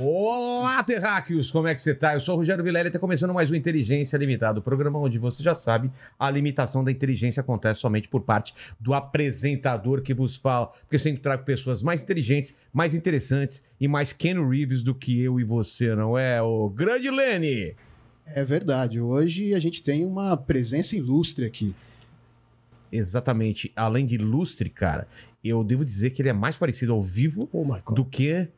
Olá, terráqueos! Como é que você tá? Eu sou o Rogério Vilela e tá começando mais um Inteligência Limitada, o programa onde você já sabe, a limitação da inteligência acontece somente por parte do apresentador que vos fala, porque eu sempre trago pessoas mais inteligentes, mais interessantes e mais Ken Reeves do que eu e você, não é? O grande Lene! É verdade. Hoje a gente tem uma presença ilustre aqui. Exatamente. Além de ilustre, cara, eu devo dizer que ele é mais parecido ao vivo Oh my do que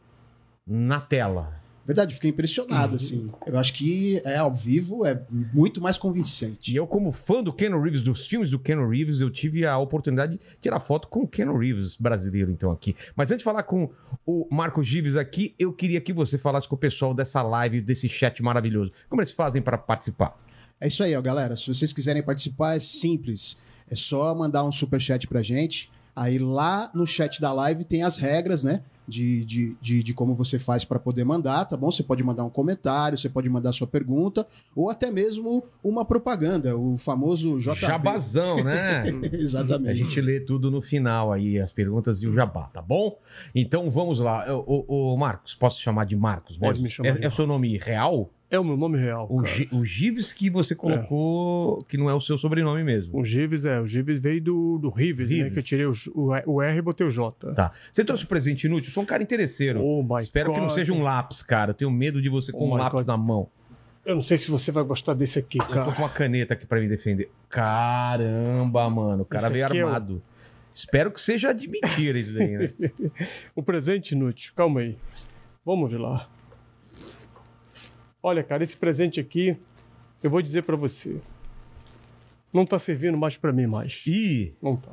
na tela. É Verdade, fiquei Uhum. impressionado, assim. Eu acho que é ao vivo é muito mais E convincente. eu, como fã do Ken Reeves, dos filmes do Ken Reeves, eu tive a oportunidade de tirar foto com o Ken Reeves brasileiro, então, aqui. Mas antes de falar com o Marcos Gives aqui, eu queria que você falasse com o pessoal dessa live, desse chat maravilhoso. Como eles fazem para participar? É isso aí, ó, galera. Se vocês quiserem participar, é simples. É só mandar um superchat pra gente. Aí lá no chat da live tem as regras, né? De, de, de, de como você faz para poder mandar, tá bom? Você pode mandar um comentário, você pode mandar sua pergunta, ou até mesmo uma propaganda, o famoso JB. Jabazão, né? A Exatamente. gente lê tudo no final aí, as perguntas e o jabá, tá bom? Então vamos lá. Ô, ô, ô, Marcos, posso te chamar de Marcos? Pode Borges? me chamar É- de É o seu nome real? É o meu nome real. O, cara. Gi- o Gives que você colocou, que não é o seu sobrenome mesmo. O Gives é, o Gives veio do, do Rives, né? Rives. Que eu tirei o, J- o R- o R e botei o J. Tá. Você trouxe presente inútil? Eu sou um cara interesseiro. Oh my Espero que não God. seja um lápis, cara. Eu tenho medo de você com Oh um my lápis God. na mão. Eu não sei se você vai gostar desse aqui, Eu tô cara. com uma caneta aqui pra me defender. Caramba, mano. O cara Esse veio aqui é o- armado. Espero que seja de mentira isso daí, né? O presente inútil, calma aí. Vamos lá. Olha, cara, esse presente aqui, eu vou dizer pra você. Não tá servindo mais pra mim mais. Ih, Não tá.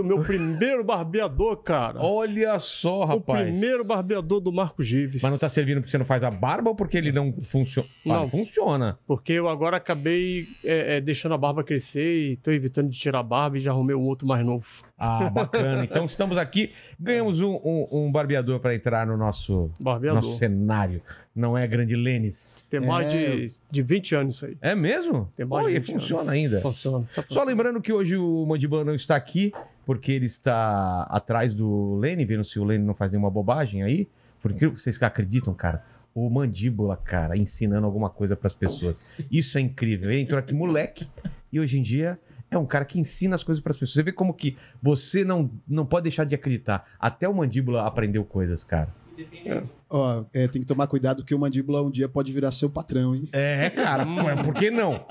o meu primeiro barbeador, cara. olha só, rapaz. O primeiro barbeador do Marco Gives. Mas não tá servindo porque você não faz a barba ou porque ele não funciona? Ah, Não. funciona. Porque eu agora acabei é, é, deixando a barba crescer e tô evitando de tirar a barba e já arrumei um outro mais novo. Ah, bacana. Então estamos aqui. Ganhamos um, um- um barbeador pra entrar no nosso, Barbeador. nosso cenário. Não é grande Lênis. Tem mais É. de, de 20 anos isso aí. É mesmo? Tem mais Oi, de 20 anos. funciona ainda. Funciona. Tá É. Só funcionando. lembrando que hoje o Mandibão não está aqui, porque ele está atrás do Lene, vendo se o Lene não faz nenhuma bobagem aí. Por incrível que vocês acreditam, cara, o Mandíbula, cara, ensinando alguma coisa para as pessoas. Isso é incrível. Ele entrou aqui moleque e hoje em dia é um cara que ensina as coisas para as pessoas. Você vê como que você não, não pode deixar de acreditar. Até o Mandíbula aprendeu coisas, cara. Ó, é, tem que tomar cuidado que o mandíbula um dia pode virar seu patrão, hein? É, cara, mas por que não?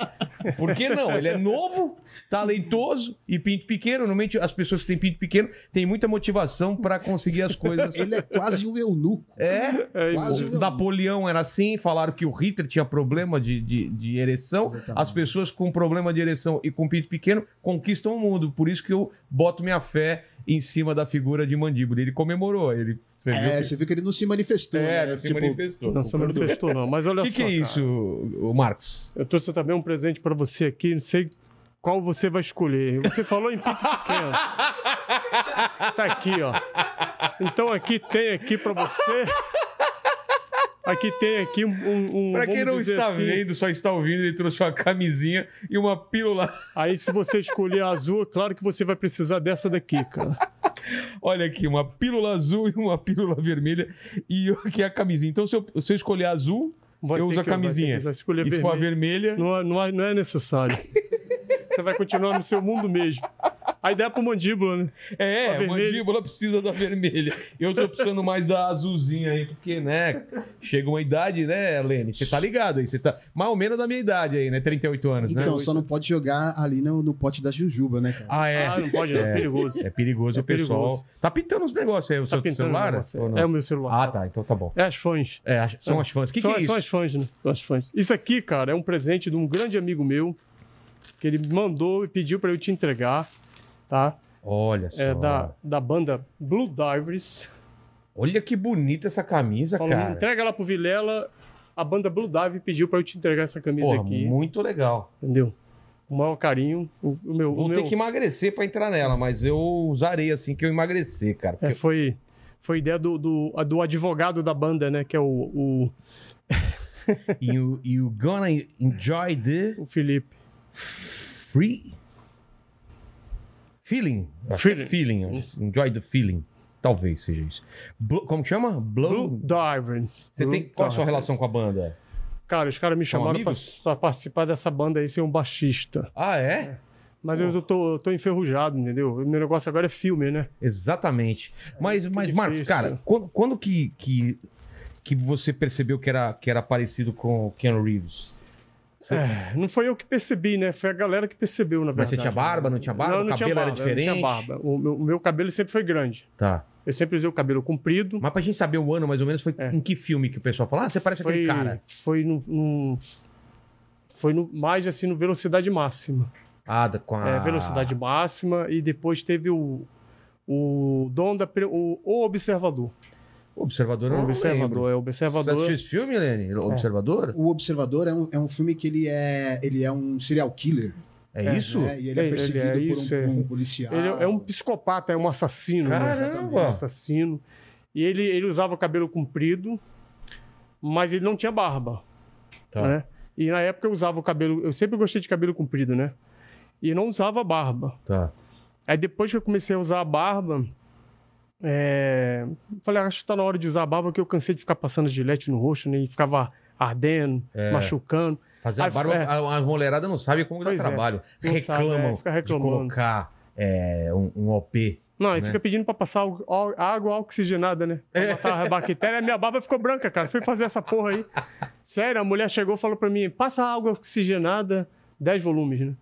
Por que não? Ele é novo, talentoso e pinto pequeno. Normalmente as pessoas que têm pinto pequeno têm muita motivação pra conseguir as coisas. Ele é quase um eunuco. É, É, Quase o um Napoleão era assim, falaram que o Hitler tinha problema de, de, de ereção. Exatamente. As pessoas com problema de ereção e com pinto pequeno conquistam o mundo. Por isso que eu boto minha fé em cima da figura de mandíbula. Ele comemorou, ele. Você viu? É, você viu que ele não se manifestou. É, né? se Tipo, manifestou. não se manifestou, não. Mas O olha que, só. que é cara. isso, o Marcos? Eu trouxe também um presente pra você aqui, não sei qual você vai escolher. Você falou em pinto pequeno. Tá aqui, ó. Então aqui tem aqui pra você. Aqui tem aqui um. um Pra quem vamos não dizer está assim, vendo, só está ouvindo, ele trouxe uma camisinha e uma pílula. Aí, se você escolher a azul, é claro que você vai precisar dessa daqui, cara. Olha aqui, uma pílula azul e uma pílula vermelha. E aqui a camisinha. Então, se eu, se eu escolher a azul, Vai eu ter uso a que- vai ter camisinha. que usar- escolher e se for a vermelho. vermelha. Não, é- não, é- não é necessário. Você vai continuar no seu mundo mesmo. A ideia é pro mandíbula, né? É, a a vermelha. mandíbula precisa da vermelha. Eu tô precisando mais da azulzinha aí, porque, né? Chega uma idade, né, Lene? Você tá ligado aí. Você tá mais ou menos da minha idade aí, né? 38 anos, Então, né? só não pode jogar ali no, no pote da Jujuba, né, cara? Ah, é. Ah, não pode, não. É perigoso. É perigoso É o pessoal. perigoso. Tá pintando os negócios aí, o Tá seu pintando o celular? negócio. ou não? É o meu celular. Ah, tá. Então tá bom. É as fãs. É, as- são as fãs. O que, são, que é isso? são as fãs, né? São as fãs. Isso aqui, cara, é um presente de um grande amigo meu que ele me mandou e pediu pra eu te entregar, tá? Olha só. É da, da banda Blue Divers. Olha que bonita essa camisa, Falou, cara. entrega lá pro Vilela. A banda Blue Dive pediu pra eu te entregar essa camisa Porra, aqui, muito legal. entendeu? o maior carinho. O, o meu, Vou o ter meu- é, que emagrecer pra entrar nela, mas eu usarei assim que eu emagrecer, cara. É, Porque foi, foi ideia do, do, a do advogado da banda, né? Que é o, É. you, you gonna enjoy the o, o Felipe. free feeling. Acho que é feeling. Enjoy the feeling. Talvez seja isso. Blo- como que chama? Blow. Blue Divers. Você Blue tem qual a sua Divers. relação com a banda? Cara, os caras me chamaram pra, amigos? pra participar dessa banda aí sem um baixista. Ah, é? Mas eu tô, tô enferrujado, entendeu? O meu negócio agora é filme, né? Exatamente. Mas, mas É, difícil. Marcos, cara, quando, quando que, que, que você percebeu que era, que era parecido com o Keanu Reeves? Você- É, não foi eu que percebi, né? Foi a galera que percebeu, na verdade. Mas você tinha barba, não tinha barba? Não, eu não O tinha cabelo era barba, eu não tinha diferente? barba. O meu, o meu cabelo sempre foi grande. Tá. Eu sempre usei o cabelo comprido. Mas pra gente saber o ano, mais ou menos, foi É. em que filme que o pessoal fala? Ah, você parece foi, aquele cara. Foi no. no- foi no- mais assim no velocidade máxima. Ah, da- com a... É, velocidade máxima e depois teve o o dom da pre- o, o observador. Observador, eu O não observador, lembro. é o Você observador. É. assistiu esse filme, Lene? Observador? O Observador é um, é um filme que ele é, ele é um serial killer. É, É. isso? né? E ele Ele- é ele perseguido é por, um, isso, por é. um policial. Ele é um psicopata, é um assassino, né? Caramba! Um assassino. E ele, ele usava o cabelo comprido, mas ele não tinha barba, Tá. né? E na época eu usava o cabelo, eu sempre gostei de cabelo comprido, né? E não usava barba. Tá. Aí depois que eu comecei a usar a barba, é, falei, acho que tá na hora de usar a barba, porque eu cansei de ficar passando gilete no rosto, né? E ficava ardendo, machucando. Fazer a Ah, barba, é. a, a mulherada não sabe como dá Pois é. trabalho. Não sabe, Reclamam é, fica de reclamando. colocar é, um, um OP. Não, e Né? fica pedindo pra passar o- ó- água oxigenada, né? Pra matar a bactéria. Minha barba ficou branca, cara. Fui fazer essa porra aí. Sério, a mulher chegou e falou pra mim: passa água oxigenada, 10 volumes, né?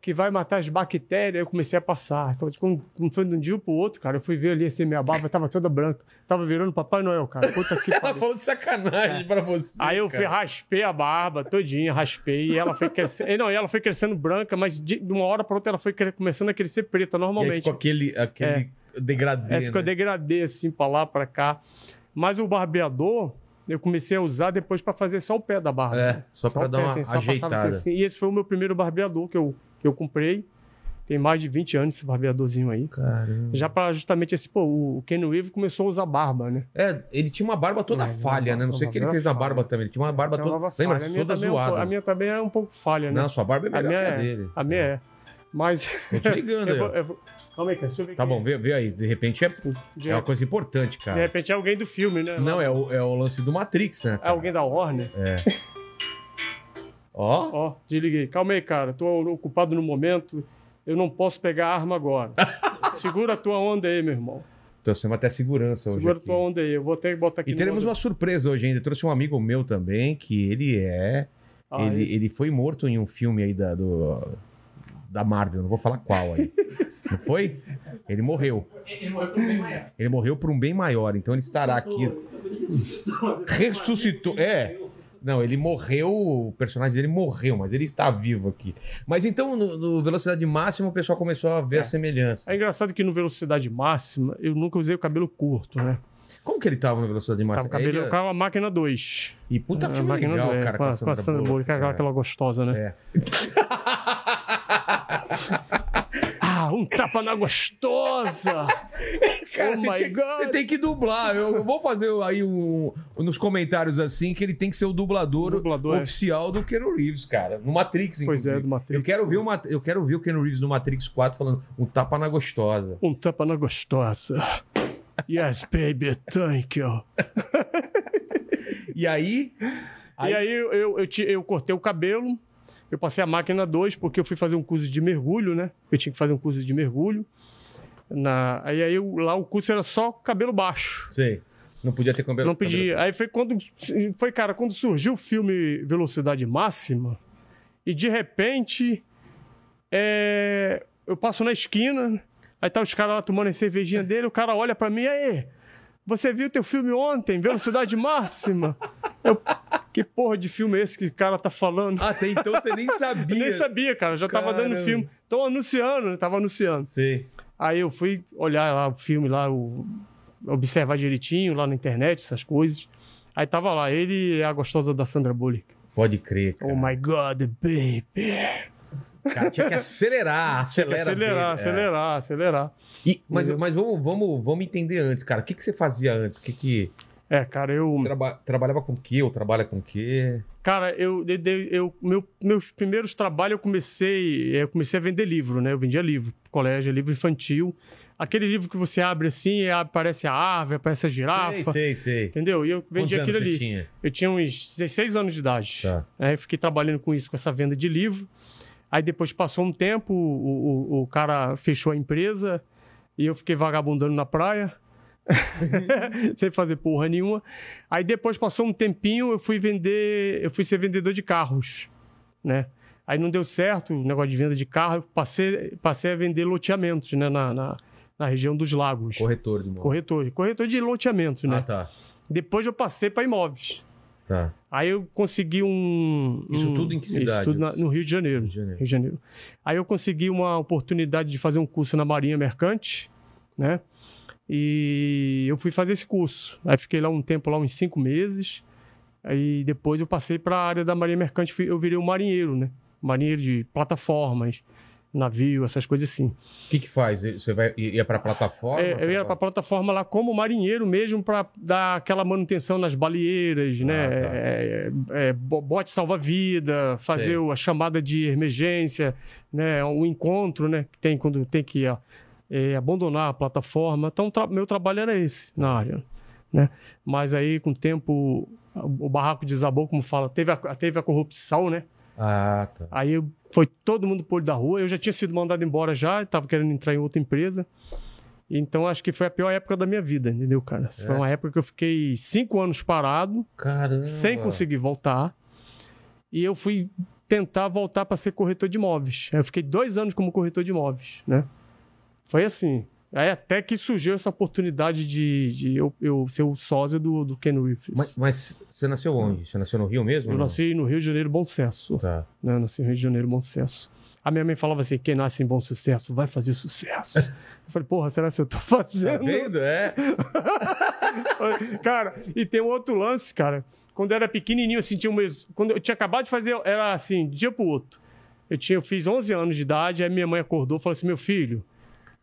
Que vai matar as bactérias. Eu comecei a passar. Então, Tipo, não foi de um dia pro outro, cara. Eu fui ver ali assim, minha barba tava toda branca. Tava virando Papai Noel, cara. Puta que Ela pariu. falou de sacanagem pra você. É. Aí eu fui, cara. raspei a barba todinha, raspei, e ela foi crescendo. e Não, e ela foi crescendo branca, mas de de uma hora pra outra ela foi cre- começando a crescer E preta, aí normalmente. ficou aquele, aquele degradê. um É, ficou né? degradê, assim, pra lá, pra cá. Mas o barbeador, eu comecei a usar depois pra fazer só o pé da barba. É, né? só o pra dar pé, uma passava aqui, ajeitada. assim. E esse foi o meu primeiro barbeador que eu, que eu comprei. Tem mais de 20 anos esse barbeadorzinho aí. Caramba. Já pra justamente esse, pô, o Ken Reeves começou a usar barba, né? É, ele tinha uma barba toda Não, ele falha, não- né? Não não, sei o que ele não fez na falha. barba também. Ele tinha uma barba Tinha uma toda. barba Lembra? falha. A minha Toda também é um po- zoada. né? a minha também é um pouco falha, né? Não, sua barba é A melhor minha que a é. dele. A minha é. Mas. Tô te ligando eu aí, vou- ó. eu vou- Calma aí, cara. Deixa eu ver Tá quem- bom, vê, vê aí. De repente é, De, é uma coisa importante, de cara. repente é alguém do filme, né? Não, é o, é o lance do Matrix, né? É cara? alguém da Warner. Ó, Ó, desliguei. Calma aí, cara. Tô ocupado no momento. Eu não posso pegar a arma agora. Segura a tua onda aí, meu irmão. tô sendo até segurança Então, hoje. Segura um- a aqui. tua onda aí. Eu vou até botar aqui E teremos no uma surpresa hoje ainda. Eu trouxe um amigo meu também, que ele é. Ah, ele, isso. ele foi morto em um filme aí da, do, da Marvel, não vou falar qual aí. não foi? Ele morreu. Ele morreu por um bem maior, então ele estará aqui. Ressuscitou. É. Não, ele morreu, o personagem dele morreu, mas ele está vivo aqui. Mas então, no, no Velocidade Máxima, o pessoal começou a ver a semelhança. É engraçado que no velocidade máxima eu nunca usei o cabelo curto, né? Como que ele tava no Velocidade Tava Máxima? o cabelo Ele- é- com a máquina 2. E puta a filme máquina legal, dois, é, cara, com a, com a Sandra Bullock, é aquela, cara. aquela gostosa, né? É. Ah, um tapa na gostosa! Cara, Oh você, my tinha- God. você tem que dublar. Eu, eu vou fazer aí um, nos comentários assim que ele tem que ser o dublador, O dublador, é. oficial do Keanu Reeves, cara. No Matrix, Pois inclusive. é, do Matrix. Eu quero ver o, Mat- eu quero ver o Keanu Reeves no Matrix 4 falando um tapa na gostosa. Um tapa na gostosa. Yes, baby, thank you. E aí, Aí- E aí eu, eu, eu ti- eu cortei o cabelo, eu passei a máquina 2, porque eu fui fazer um curso de mergulho, né? Eu tinha que fazer um curso de mergulho. Na, aí aí eu- lá o curso era só cabelo baixo. sei, não podia ter cabelo. Não pedia. Aí foi quando. Foi, cara, quando surgiu o filme Velocidade Máxima, e de repente é, eu passo na esquina, aí tá os caras lá tomando a cervejinha dele, o cara olha pra mim, "E aí, você viu teu filme ontem, Velocidade Máxima? Eu, que porra de filme é esse que o cara tá falando? cabelo. Até então você nem sabia. Eu nem sabia, cara, já tava Caramba. dando filme. Tô anunciando, né? tava anunciando. Sei. Aí eu fui olhar lá o filme, lá, o- observar direitinho lá na internet, essas coisas. Aí tava lá, ele e a gostosa da Sandra Bullock. Pode crer, cara. Oh my God, baby. Cara, tinha que acelerar, acelera. acelerar, Uhum. bem, é. acelerar, acelerar. E- mas mas vamos, vamos, vamos entender antes, cara. O que, que você fazia antes? O que que... É, cara, eu. Traba- trabalhava com o quê? Ou trabalha com o quê? Cara, eu, de- de- eu meu- meus primeiros trabalhos eu comecei, eu comecei a vender livro, né? Eu vendia livro, pro colégio, livro infantil. Aquele livro que você abre assim, e aparece a árvore, aparece a girafa, sei, sei. entendeu? E eu Quantos vendia anos Ah, aquilo você ali. tinha? Eu tinha uns 16 anos de idade. Tá. Aí Né? eu fiquei trabalhando com isso, com essa venda de livro. Aí depois passou um tempo, o, o- o cara fechou a empresa e eu fiquei vagabundando na praia, sem fazer porra nenhuma. Aí depois passou um tempinho, eu fui vender, eu fui ser vendedor de carros, né? Aí não deu certo o negócio de venda de carro, eu passei, passei a vender loteamentos, né? Na, na, na região dos lagos. Corretor de imóvel. Corretor, corretor de loteamentos, né? Ah, tá. Depois eu passei para imóveis. Tá. Aí eu consegui um. Isso um- tudo em que cidade? Isso tudo na- no Rio de Janeiro. Rio de Janeiro. Rio de Janeiro. Aí eu consegui uma oportunidade de fazer um curso na Marinha Mercante, né? E eu fui fazer esse curso. Aí fiquei lá um tempo, lá uns cinco meses. Aí depois eu passei para a área da Marinha Mercante, fui- eu virei um marinheiro, né? Marinheiro de plataformas, navio, essas coisas assim. O que que faz? Você vai, ia pra plataforma? É, eu ia pra plataforma lá como marinheiro mesmo para dar aquela manutenção nas baleeiras, né? tá. É, é, bo- bote salva-vida, fazer Sei. o- a chamada de emergência, né? Um encontro, né? Que tem quando tem que ó, é, abandonar a plataforma. Então, tra- meu trabalho era esse na área, né? Mas aí, com o tempo, o barraco desabou, como fala. Teve a, teve a corrupção, né? Ah, tá. Aí eu- foi todo mundo por da rua. Eu já tinha sido mandado embora já, estava querendo entrar em outra empresa. Então acho que foi a pior época da minha vida, entendeu, cara? É. Foi uma época que eu fiquei cinco anos parado, Caramba. sem conseguir voltar. E eu fui tentar voltar para ser corretor de imóveis. Aí Eu fiquei dois anos como corretor de imóveis, né? Foi assim. Aí até que surgiu essa oportunidade de, de eu, eu ser o sósia do, do Ken Reeves. Mas, mas você nasceu onde? Você nasceu no Rio mesmo? eu ou não? nasci no Rio de Janeiro, Bom Sucesso Tá. né? Nasci no Rio de Janeiro, bom sucesso. A minha mãe falava assim: quem nasce em bom sucesso vai fazer sucesso. Eu falei, porra, será que eu tô Tá fazendo? vendo? É. cara, e tem um outro lance, cara. Quando eu era pequenininho, eu sentia um mês. Quando eu tinha acabado de fazer, era assim, de dia pro outro. Eu, tinha, eu fiz 11 anos de idade, aí minha mãe acordou e falou assim: meu filho,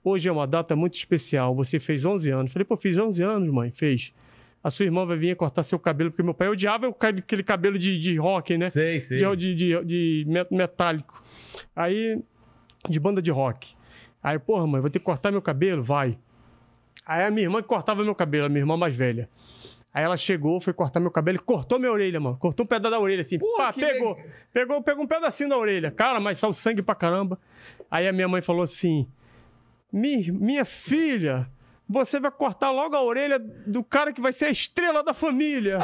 hoje é uma data muito especial, você fez 11 anos. Eu falei, pô, fiz 11 anos, mãe, fez. A sua irmã vai vir cortar seu cabelo, porque meu pai odiava aquele cabelo de, de rock, né? Sei, sei. de, de, de, de met- metálico. Aí, de banda de rock. Aí, porra, mãe, vou ter que cortar meu cabelo? Vai. Aí a minha irmã que cortava meu cabelo, a minha irmã mais velha. Aí ela chegou, foi cortar meu cabelo e cortou minha orelha, mano. Cortou um pedaço da orelha, assim. Porra, pá, que pegou, legal. pegou. Pegou um pedacinho da orelha. Cara, mas saiu sangue pra caramba. Aí a minha mãe falou assim... "Mi- minha filha, você vai cortar logo a orelha do cara que vai ser a estrela da família.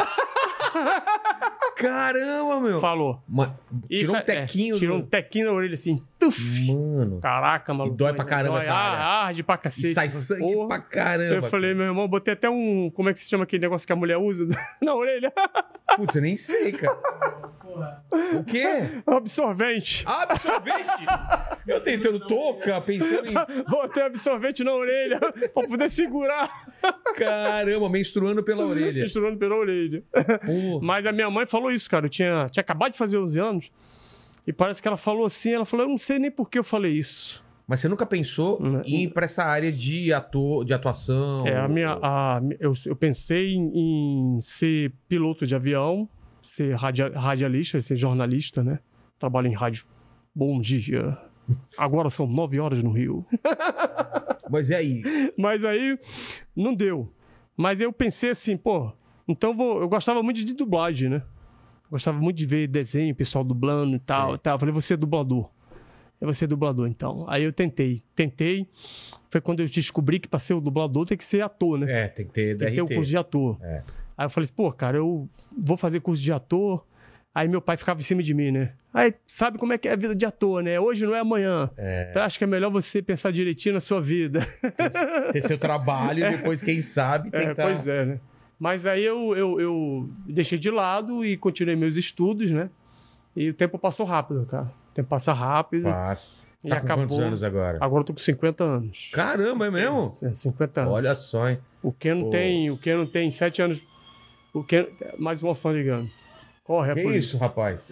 Caramba, meu. Falou. Ma- Tirou Isso um é- tequinho. é, tirou do- um tequinho na orelha assim. Tuf! Mano. Caraca, maluco. dói pra caramba Dói, essa área. ah, Arde pra E cacete. sai sangue Porra. pra caramba. Eu falei, meu irmão, botei até um. Como é que se chama aquele negócio que a mulher usa na orelha? Putz, eu nem sei, cara. O quê? Absorvente. Absorvente? Eu tentando touca, pensando em. Botei absorvente na orelha pra poder segurar. Caramba, menstruando pela orelha. Misturando pela orelha. Porra. Mas a minha mãe falou isso, cara. Eu tinha, tinha acabado de fazer 11 anos. E parece que ela falou assim. Ela falou, eu não sei nem por que eu falei isso. Mas você nunca pensou Não. em ir pra essa área de, ator, de atuação? É, a minha, ou- a, eu, eu pensei em, em ser piloto de avião, ser radia- radialista, ser jornalista, né? Trabalho em rádio. Bom dia. Agora são nove horas no Rio. Mas e aí? Mas aí não deu. Mas eu pensei assim, pô, então vou. Eu gostava muito de dublagem, né? Eu gostava muito de ver desenho, pessoal dublando e tal, e tal. Eu falei, você é dublador. Eu vou ser dublador, então. Aí eu tentei. Tentei. Foi quando eu descobri que pra ser o dublador tem que ser ator, né? É, tem que ter tem que ter um curso de ator. É. Aí eu falei assim, pô, cara, eu vou fazer curso de ator. Aí meu pai ficava em cima de mim, né? Aí sabe como é que é a vida de ator, né? Hoje não é amanhã. Então acho que é melhor você pensar direitinho na sua vida. Ter seu trabalho e depois, quem sabe, É, tentar. pois é, né? Mas aí eu, eu, eu deixei de lado e continuei meus estudos, né? E o tempo passou rápido, cara. O tempo passa rápido. Fácil. E Tá com acabou. quantos anos agora? Agora eu tô com 50 anos. Caramba, é mesmo? É, 50 anos. Olha só, hein? O Ken não Pô. tem, o Ken não tem sete anos. O Ken, mais uma fã ligando. Corre, é Que por isso, rapaz?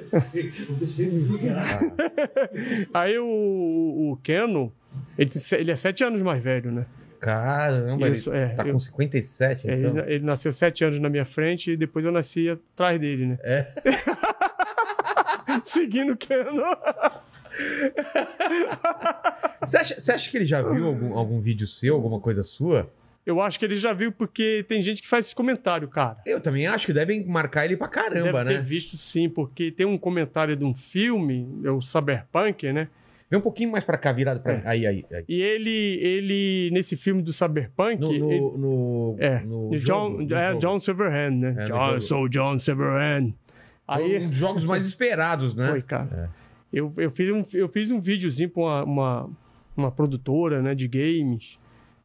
Aí o, o Keno, ele, tem se- ele é sete anos mais velho, né? Caramba, Isso, ele é, tá eu- com 57, É, Ele, então. na- ele nasceu sete anos na minha frente e depois eu nasci atrás dele, né? É. Seguindo o Keno. Você acha, você acha que ele já viu algum, algum vídeo seu, alguma coisa sua? Eu acho que ele já viu, porque tem gente que faz esse comentário, cara. Eu também acho que devem marcar ele pra caramba, Deve ter né? visto sim, porque tem um comentário de um filme, é o Cyberpunk, né? Vem um pouquinho mais pra cá, virado pra. É. Aí, aí, aí. E ele, ele nesse filme do Cyberpunk, No, no, ele- no, é, no de jogo, John, no é, jogo. John Silverhand, né? É, no John, jogo. eu sou o John Silverhand. Foi Aí um dos jogos mais esperados, né? foi, cara. Eu, eu, fiz um, eu fiz um videozinho pra uma, uma, uma produtora, né, de games.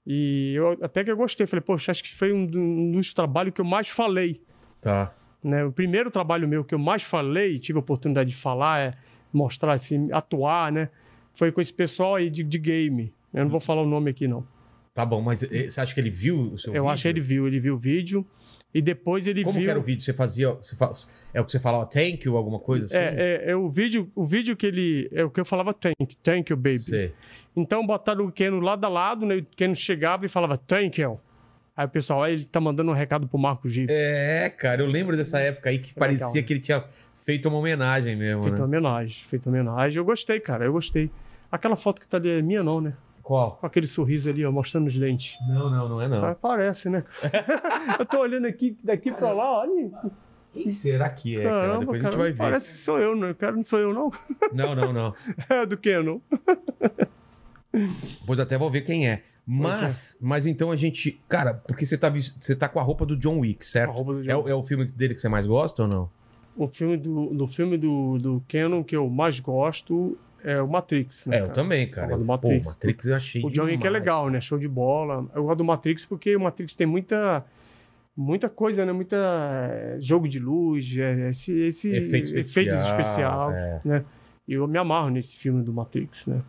E eu até que eu gostei. Falei, poxa, acho que foi um, do- um dos trabalhos que eu mais falei. Tá. né? O primeiro trabalho meu que eu mais falei, tive a oportunidade de falar, é mostrar, assim, atuar, né? Foi com esse pessoal aí de, de game. Eu Uhum. não vou falar o nome aqui, não. Tá bom, mas eh, você acha que ele viu o seu eu vídeo? acho que ele viu, ele viu o vídeo e depois ele Como viu. que era o vídeo? Você fazia. Você fa- É o que você falava, thank you, alguma coisa assim? É, é, é o vídeo, o vídeo que ele. É o que eu falava thank, thank you, baby. Sei. Então botaram o Keno lado a lado, né? E O Keno chegava e falava thank you. Aí o pessoal, aí ele tá mandando um recado pro Marco Gives. É, cara, eu lembro dessa época aí que parecia legal, né? que ele tinha feito uma homenagem mesmo, feito né? homenagem, feito homenagem. Eu gostei, cara, eu gostei. Aquela foto que tá ali é minha, não, né? Qual? Com aquele sorriso ali, ó, mostrando os dentes. Não, não, não é não. Ah, parece, né? eu tô olhando aqui, daqui pra lá, olha. Quem será que é, cara? Caramba, Depois cara, a gente vai ver. parece que sou eu, né? Cara, não sou eu, não. Não, não, não. É do Keno. Depois até vou ver quem é. Mas, mas então a gente. Cara, porque você tá, vis- você tá com a roupa do John Wick, certo? A roupa do John É, o- é o filme dele que você mais gosta ou não? O filme do, do filme do, do Keno que eu mais gosto é o Matrix, né? é, eu cara? também, cara. A roupa do Pô, Matrix. Matrix eu achei. O John Wick é demais. legal, né? Show de bola. Eu gosto do Matrix porque o Matrix tem muita. Muita coisa, né? Muita é, jogo de luz, é, esse, esse Efeito especial, especial, é. né? E eu me amarro nesse filme do Matrix, né?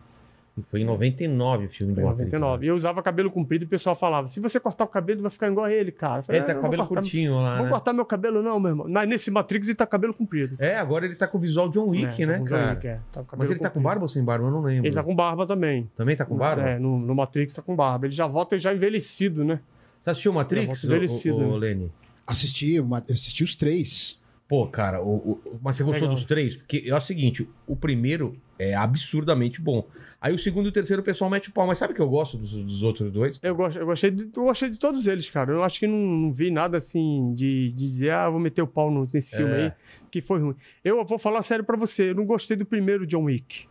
E Foi em 99 o filme do Em Matrix. né? 99. E eu usava cabelo comprido e o pessoal falava: se você cortar o cabelo, vai ficar igual a ele, cara. Eu Ele falei, tá com "Ah, não, cabelo vou cortar- curtinho lá, Vou né? cortar meu cabelo, não, meu irmão. Na- Nesse Matrix ele tá com cabelo comprido. É, agora ele tá com o visual John Wick, É, tá né, com cara? John Wick, é. Tá com cabelo Mas ele tá com comprido. barba ou sem barba? Eu não lembro. Ele tá com barba também. Também tá com barba? É, no, no Matrix tá com barba. Ele já volta já envelhecido, né? Você assistiu Matrix, volto ô, envelhecido, ô, ô, né? Lene? Assisti, uma- assisti os três. Pô, cara, o- o- mas você gostou Legal. dos três? Porque é o seguinte, o primeiro é absurdamente bom. Aí o segundo e o terceiro o pessoal mete o pau. Mas sabe o que eu gosto dos, dos outros dois? Eu, gosto, eu, gostei de, eu gostei de todos eles, cara. Eu acho que não, não vi nada assim de, de dizer, ah, vou meter o pau no- nesse filme É. aí, que foi ruim. Eu vou falar sério pra você, eu não gostei do primeiro John Wick,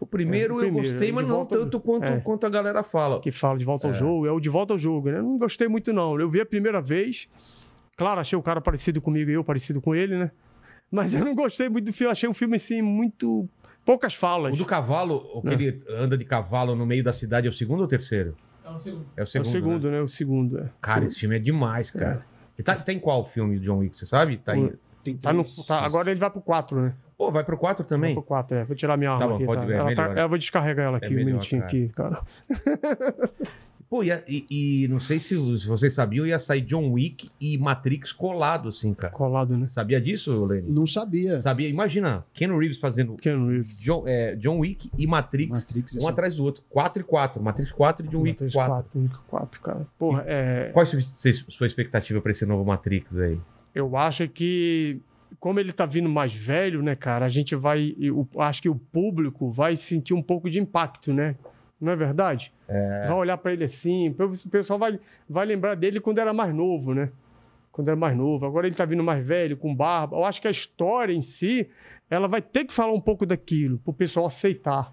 O primeiro É, eu o primeiro, gostei, é, mas de não volta- tanto quanto, é. quanto a galera fala. que fala de volta ao É. jogo, é o de volta ao jogo, né? Eu não gostei muito, não. Eu vi a primeira vez, claro, achei o cara parecido comigo e eu parecido com ele, né? Mas eu não gostei muito do filme, achei o filme, assim, muito... Poucas falas. O do cavalo, o que É. ele anda de cavalo no meio da cidade, é o segundo ou o terceiro? É o É o segundo. né? segundo, né? O segundo, é. Cara, esse filme é demais, cara. E tá, tá em qual filme o John Wick, você sabe? Tá em... Tem Tá no, três. tá, agora ele vai pro 4, né? Pô, vai pro 4 Vai também? pro 4, é. Vou tirar minha arma bom, aqui. pode tá? ver, é ela tá, melhor. É eu vou descarregar ela aqui um melhor, minutinho cara. aqui, cara. Pô, ia- e, e não sei se, se vocês sabiam, ia sair John Wick e Matrix colado, assim, cara. Colado, né? Sabia disso, Lenny? Não sabia. Sabia? Imagina, Ken Reeves fazendo Keanu Reeves. John, é, John Wick e Matrix, Matrix, um isso. atrás do outro. 4 e 4. Matrix 4 e John Wick 4. 4. 4, um cara. Porra, é, Qual é a sua- sua expectativa pra esse novo Matrix aí? eu acho que como ele tá vindo mais velho, né, cara, a gente vai. Eu acho que o público vai sentir um pouco de impacto, né? Não é verdade? Vai olhar pra ele assim, o pessoal vai, vai lembrar dele quando era mais novo, né? Quando era mais novo. Agora ele tá vindo mais velho, com barba. Eu acho que a história em si, ela vai ter que falar um pouco daquilo, pro pessoal aceitar.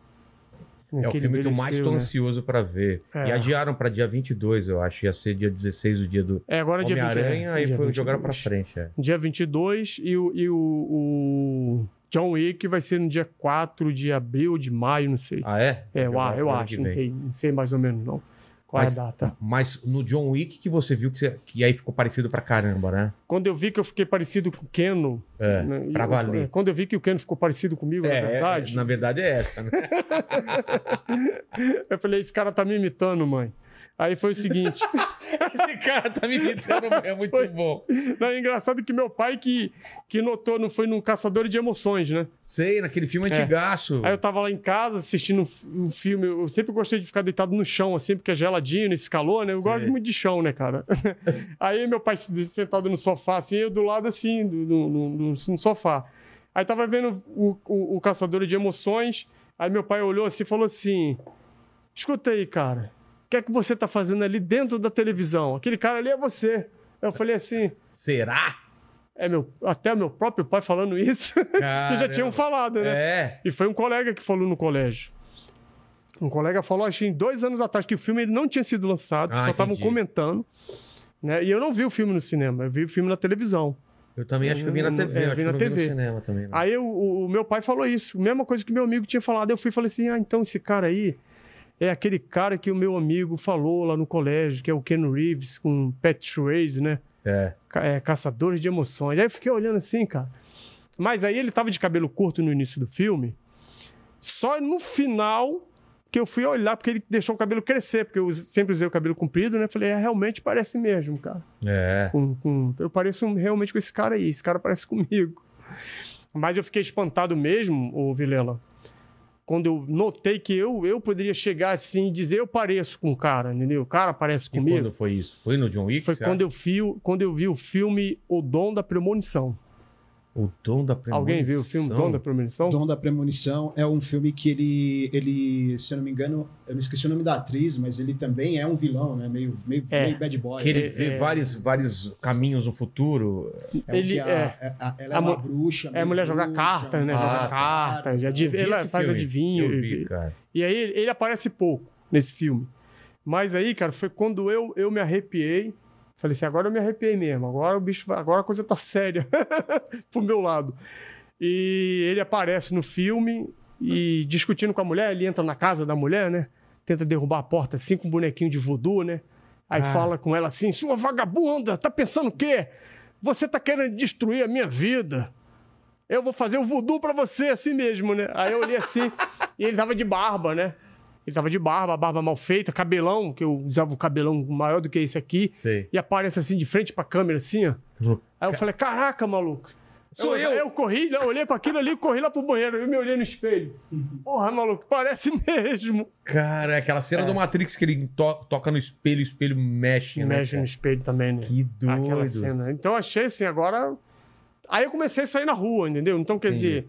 É o ele filme que eu mais envelheceu, tô né? ansioso pra ver. É. E adiaram pra dia 22, eu acho. Ia ser dia 16, o dia do É, agora é dia 20, é, Homem-Aranha, aí dia foi jogaram pra 22. frente. É. dia 22 e, o, e o, o John Wick vai ser no dia 4 de abril, de maio, não sei. Ah, é? é, eu, Jogaram eu pro ano que acho, não, vem. tem- não sei mais ou menos não. Qual Mas- é a data? Mas no John Wick que você viu que, você- que aí ficou parecido pra caramba, né? Quando eu vi que eu fiquei parecido com o Keno... É, né, e pra eu- valer. É, é, Quando eu vi que o Keno ficou parecido comigo, na verdade, na verdade é essa, né? é, eu falei, esse cara tá me imitando, mãe. Aí foi o seguinte. Esse cara tá me imitando, é muito Foi. bom. não, é engraçado que meu pai que, que notou, não foi num caçador de emoções, né? Sei, naquele filme antigaço. Aí eu tava lá em casa assistindo um f- um filme. Eu sempre gostei de ficar deitado no chão, assim, porque é geladinho, nesse calor, né? Eu Sei. gosto muito de chão, né, cara? Aí meu pai se- sentado no sofá, assim, eu do lado, assim, do, do- do- do- no sofá. Aí tava vendo o, o, o Caçador de Emoções. Aí meu pai olhou assim e falou assim: Escuta aí, cara, o que é que você tá fazendo ali dentro da televisão? Aquele cara ali é você. Eu falei assim. Será? É meu, até meu próprio pai falando isso, que já Caramba. tinham falado, né? É. E foi um colega que falou no colégio. Um colega falou, acho que em dois anos atrás, que o filme ele não tinha sido lançado, Ah, só estavam entendi. comentando. Né? E eu não vi o filme no cinema, eu vi o filme na televisão. Eu também acho que eu vi na TV. É, eu acho vi que na eu não vi TV. no cinema também. né? Aí o, o- o meu pai falou isso, mesma coisa que meu amigo tinha falado. Eu fui e falei assim: ah, então esse cara aí é aquele cara que o meu amigo falou lá no colégio, que é o Ken Reeves com Pat Swayze, né? É. Ca- é, Caçadores de Emoções. Aí eu fiquei olhando assim, cara. Mas aí ele tava de cabelo curto no início do filme. Só no final que eu fui olhar, porque ele deixou o cabelo crescer, porque eu us- sempre usei o cabelo comprido, né? Falei, é, realmente parece mesmo, cara. É. Com- com- eu pareço um- realmente com esse cara aí, esse cara parece comigo. Mas eu fiquei espantado mesmo, ô Vilela, quando eu notei que eu, eu poderia chegar assim e dizer, eu pareço com o cara, entendeu? O cara parece E comigo. quando foi isso? Foi no John Wick? Foi quando eu, vi, o- quando eu vi o filme O Dom da Premonição. O Dom da Premonição. Alguém viu o filme Dom da Premonição? Dom da Premonição é um filme que ele, ele, se eu não me engano, eu me esqueci o nome da atriz, mas ele também é um vilão, né? Meio, meio, É. meio bad boy. Que ele assim. vê vários, vários caminhos no futuro. É um Ele que a- é. a- a- ela é A uma mu- bruxa. É a meio mulher jogar bruxa, né? cartas, né? Ah, jogar tá. cartas, é Eu adiv- vi ela esse faz filme. adivinho. Eu vi, cara. E aí ele, ele aparece pouco nesse filme. Mas aí, cara, foi quando eu, eu me arrepiei. Falei assim, agora eu me arrepiei mesmo. Agora o bicho, vai- agora a coisa tá séria pro meu lado. E ele aparece no filme e discutindo com a mulher, ele entra na casa da mulher, né? Tenta derrubar a porta assim com um bonequinho de voodoo, né? Aí Cara. fala com ela assim: "Sua vagabunda, tá pensando o quê? Você tá querendo destruir a minha vida?" Eu vou fazer o voodoo pra você, assim mesmo, né? Aí eu olhei assim, e ele tava de barba, né? Ele tava de barba, barba mal feita, cabelão, que eu usava o cabelão maior do que esse aqui. Sei. E aparece assim, de frente pra câmera, assim, ó. Aí eu falei, caraca, maluco. Sou eu. Eu corri, né? olhei pra aquilo ali, corri lá pro banheiro. Eu me olhei no espelho. Porra, maluco, parece mesmo. Cara, é aquela cena do Matrix que ele to- toca no espelho, o espelho mexe, né? Mexe no cara? espelho também, né? Que doido. Aquela cena. Então eu achei assim, agora. Aí eu comecei a sair na rua, entendeu? Então, quer dizer,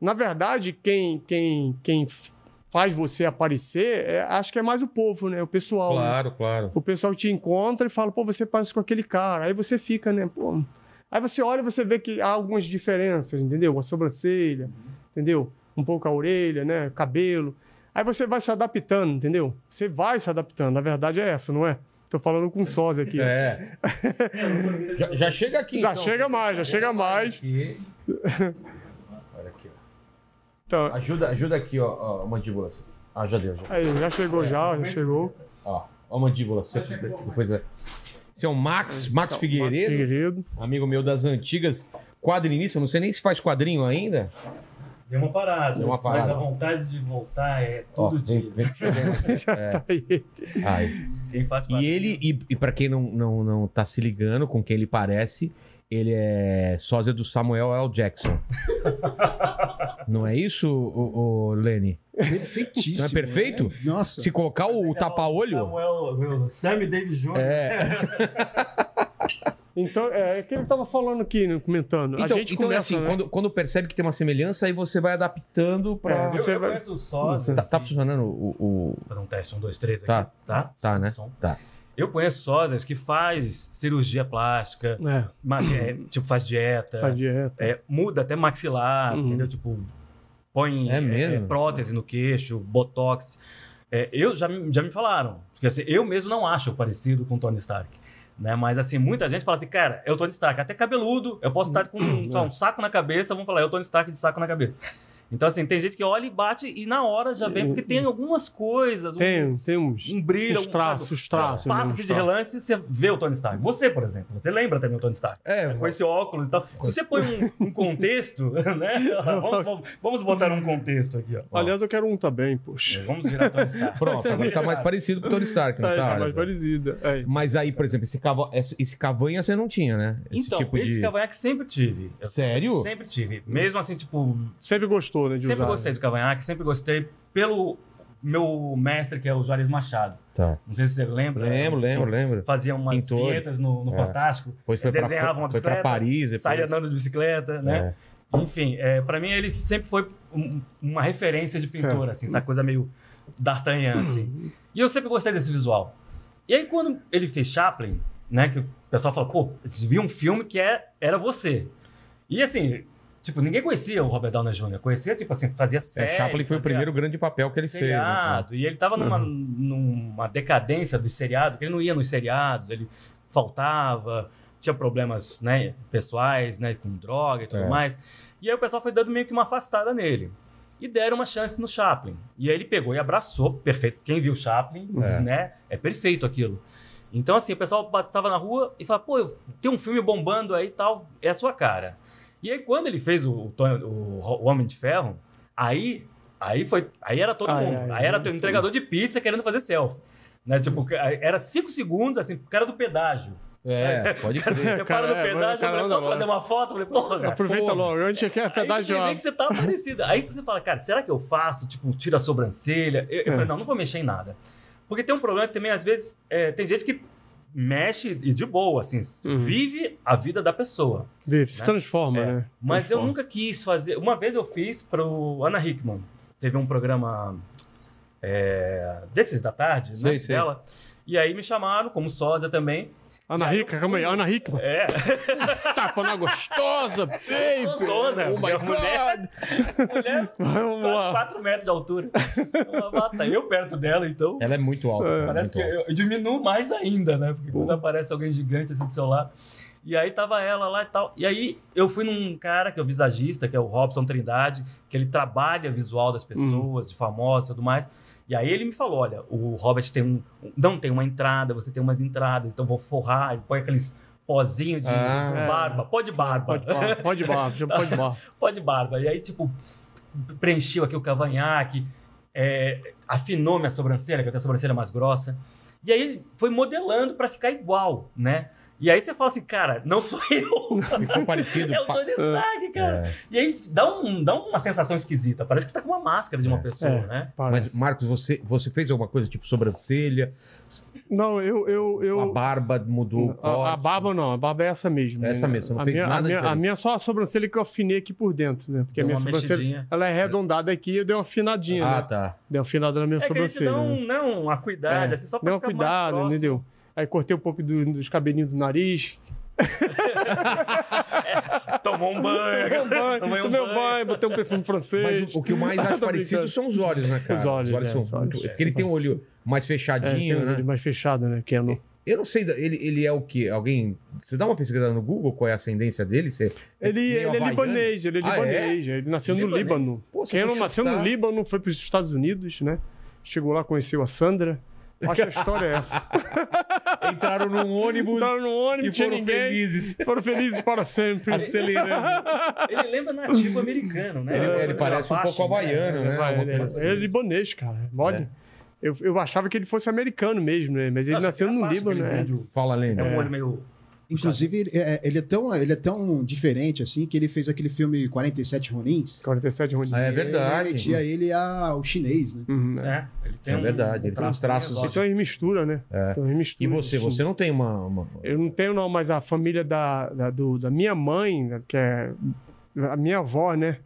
na verdade, quem, quem, quem f- faz você aparecer, é- acho que é mais o povo, né? O pessoal. né? Claro, claro. O pessoal te encontra e fala, pô, você parece com aquele cara. Aí você fica, né? Pô. Aí você olha e você vê que há algumas diferenças, entendeu? A sobrancelha, entendeu? Um pouco a orelha, né? Cabelo. Aí você vai se adaptando, entendeu? Você vai se adaptando. Na verdade é essa, não é? Tô falando com sósia aqui. É. já, já chega aqui. Já então. chega mais, já chega mais. Aqui. Olha aqui, ó. Então, Ajuda, ajuda aqui, ó, ó a mandíbula. Ah, já deu, já. aí, já chegou já, já chegou. Ó, ó a mandíbula. Você, depois é. Esse é o Max, Max Matos Figueiredo, Figueiredo. amigo meu das antigas. Quadrinista, eu não sei nem se faz quadrinho ainda. Deu uma parada. Deu uma parada. Mas a vontade de voltar é Ó, todo vem- dia. vem chegando. Tá aí. Ai, Quem faz E ele, e, e para quem não, não, não tá se ligando com quem ele parece, ele é sósia do Samuel L. Jackson. não é isso, o, Lenny? Perfeitíssimo. Não é perfeito? Tipo, né? Nossa. Se colocar é o tapa-olho. Samuel, Sammy Davis Jr. É. Então, é, é que ele tava falando aqui, né, comentando. Então, a gente então é começa, assim, né? quando, quando percebe que tem uma semelhança, aí você vai adaptando pra. Eu, Você eu vai- conheço o Sósia. Tá, tá funcionando o. o- o- Vou fazer um teste, um, dois, três aqui. Tá. Tá, Tá, né? Som. Tá. Eu conheço sósias que faz cirurgia plástica, É, ma- é, tipo, faz dieta, tá dieta. é, muda até maxilar, Uhum. entendeu? Tipo, põe É mesmo? prótese no queixo, botox. É, eu já, me- já me falaram, porque assim, eu mesmo não acho parecido com o Tony Stark. Né? Mas assim, muita gente fala assim, cara, Uhum. é o Tony Stark, até cabeludo, eu posso estar com um, só um saco na cabeça, vão falar, é o Tony Stark de saco na cabeça. Então, assim, tem gente que olha e bate e na hora já vem, porque tem algumas coisas. um- Uhum. Tem, tem uns. Um brilho, Os um- traços, os traços. né, os Passa-se de traços. relance, você vê o Tony Stark. Você, por exemplo, você lembra também o Tony Stark. É, Com esse óculos e tal. Se você põe um, um contexto, né? Vamos, vamos- vamos botar um contexto aqui, ó. É, Aliás, eu quero um também, poxa. Vamos virar Tony Stark. Então, Pronto, agora tá mais parecido com o Tony Stark, não Tá, tá? tá mais Alisson? parecida. É. Mas aí, por exemplo, esse, cava... esse esse cavanha você não tinha, né? Esse então, tipo esse de... cavanhaque sempre tive. Eu Sério? Sempre tive. Mesmo assim, tipo, Sempre gostou, né, de sempre usar. gostei do cavanhaque, sempre gostei pelo meu mestre, que é o Juarez Machado. Tá. Não sei se você lembra. Lembro, lembro, lembro. Fazia umas Pintor. vinhetas no, no É. Fantástico. Depois foi desenhava pra, uma foi pra bicicleta, Paris. Depois... Saía andando de bicicleta, né? É. Enfim, é, para mim ele sempre foi um- uma referência de pintor, Certo. assim, essa coisa meio D'Artagnan, assim. E eu sempre gostei desse visual. E aí quando ele fez Chaplin, né, que o pessoal fala, pô, vi um filme que é, era você. E assim, tipo, ninguém conhecia o Robert Downey Jr., conhecia, tipo assim, fazia É, série. Chaplin foi o fazia primeiro grande papel que ele fez. né? seriado, E ele tava numa, numa decadência do seriado, que ele não ia nos seriados, ele faltava, tinha problemas né, pessoais, né, com droga e tudo É. mais. E aí o pessoal foi dando meio que uma afastada nele. E deram uma chance no Chaplin. E aí ele pegou e abraçou, perfeito. Quem viu Chaplin, É. né? É perfeito aquilo. Então, assim, o pessoal passava na rua e falava, pô, eu- tem um filme bombando aí e tal, é a sua cara. E aí, quando ele fez o, o, Tony- o Ho- o Homem de Ferro, aí, aí foi. Aí era todo Ai, mundo. ai, aí era ai. o entregador de pizza querendo fazer selfie. Né? Tipo, era cinco segundos, assim, pro cara do pedágio. É, pode crer. Você para Cara, no é, pedágio, cara, eu falei, não, posso não. fazer uma foto? Eu falei, É, porra. É, Aproveita Porra. logo, antes que é a Aí pedágio você vê que você tá aparecido. Aí que você fala, cara, será que eu faço? Tipo, tira a sobrancelha. Eu, É. eu falei, não, não vou mexer em nada. Porque tem um problema que também, às vezes, é, tem gente que mexe e de boa, assim, Uhum. vive a vida da pessoa. Vive, se transforma, É. né? Mas eu Transforma. nunca quis fazer. Uma vez eu fiz pro Ana Hickman. Teve um programa é, desses da tarde, Sei, né, sei. dela. E aí me chamaram como sósia também. Ana Rica, calma aí, Ana Rica. É, Tapa na gostosa, baby! Gostosona, Oh my minha mulher. God! mulher Vamos quase lá. 4 metros de altura. Uma bata, eu perto dela, então. Ela é muito alta. cara, Parece que muito alta. eu, eu diminuo mais ainda, né? Porque quando aparece alguém gigante assim do seu lado. E aí tava ela lá e tal. E aí eu fui num cara que é o visagista, que é o Robson Trindade, que ele trabalha visual Hum. das pessoas, de famosos e tudo mais. E aí ele me falou: olha, o Robert tem um. Não tem uma entrada, você tem umas entradas, então vou forrar, ele põe aqueles pozinhos de Ah. barba, pó de barba. Pode bar, pode bar, chama pode bar. Pode barba. E aí, tipo, preencheu aqui o cavanhaque, é, afinou minha sobrancelha, que eu tenho a sobrancelha mais grossa. E aí foi modelando pra ficar igual, né? E aí você fala assim, cara, não sou eu. Ficou parecido. É o pa- Tony Stark, cara. É. E aí dá, um, dá uma sensação esquisita. Parece que você tá com uma máscara de uma É. pessoa, É. né? Mas, Parece. Marcos, você, você fez alguma coisa tipo sobrancelha? Não, eu. eu, eu... A barba mudou o A, a corte? barba não, a barba é essa mesmo. Essa mesmo, você não a fez minha, nada a minha, a diferente. minha é só a sobrancelha que eu afinei aqui por dentro, né? Porque Deu a minha uma sobrancelha mexidinha. ela é arredondada aqui e eu dei uma afinadinha, Ah, né? tá. Dei uma afinada na minha É que eles te sobrancelha. dão né? um, né, uma cuidada, É, assim, só pra deu uma ficar mais cuidada, próximo. entendeu? Aí cortei um pouco do- dos cabelinhos do nariz. Tomou um banho. Tomei um banho, Tomei um tomei um banho. banho, botei um perfume francês. Mas o, o que eu mais acho Ah, Tô parecido brincando. são os olhos, né, cara? Os olhos, é, são os olhos. muito- Porque ele tem um olho mais É, tem fechadinho, os né? olhos mais fechados, né? Que é no- Eu não sei, ele, ele é o quê? Alguém. Você dá uma pesquisada no Google qual é a ascendência dele? Você, Ele, meio ele é havaiano? libanês, ele é Ah, é? libanês. Ele nasceu no Libanês. Líbano. Pô, se Quem não for nasceu chutar- no Líbano foi para os Estados Unidos, né? Chegou lá, conheceu a Sandra. Acho que a história é essa. Entraram num ônibus. Entraram no ônibus, e tinha foram ninguém. felizes. Foram felizes para sempre. Acelerando. Ele lembra nativo americano, né? Ele, é uma ele coisa parece um abaixo, pouco havaiano, né? Vai, Uma ele, coisa é- assim. ele é libanês, cara. Mole. É. Eu, eu achava que ele fosse americano mesmo, né? Mas ele Nossa, nasceu no abaixo, Líbano, aquele né? índio, Fala, É Lênin. um olho meio. Inclusive, ele é, ele é tão, ele é tão diferente assim que ele fez aquele filme 47 Ronins. 47 Ronin. É verdade. Ele remetia ele ao chinês, né? Uhum, é. né? Ele É verdade, ele tem uns traços- meio Então exóticos. ele mistura, né? É. Então ele E mistura. você? Você não tem uma. uma- Eu não tenho, não, mas a família da, da, do- da minha mãe, né, que é a minha avó, né?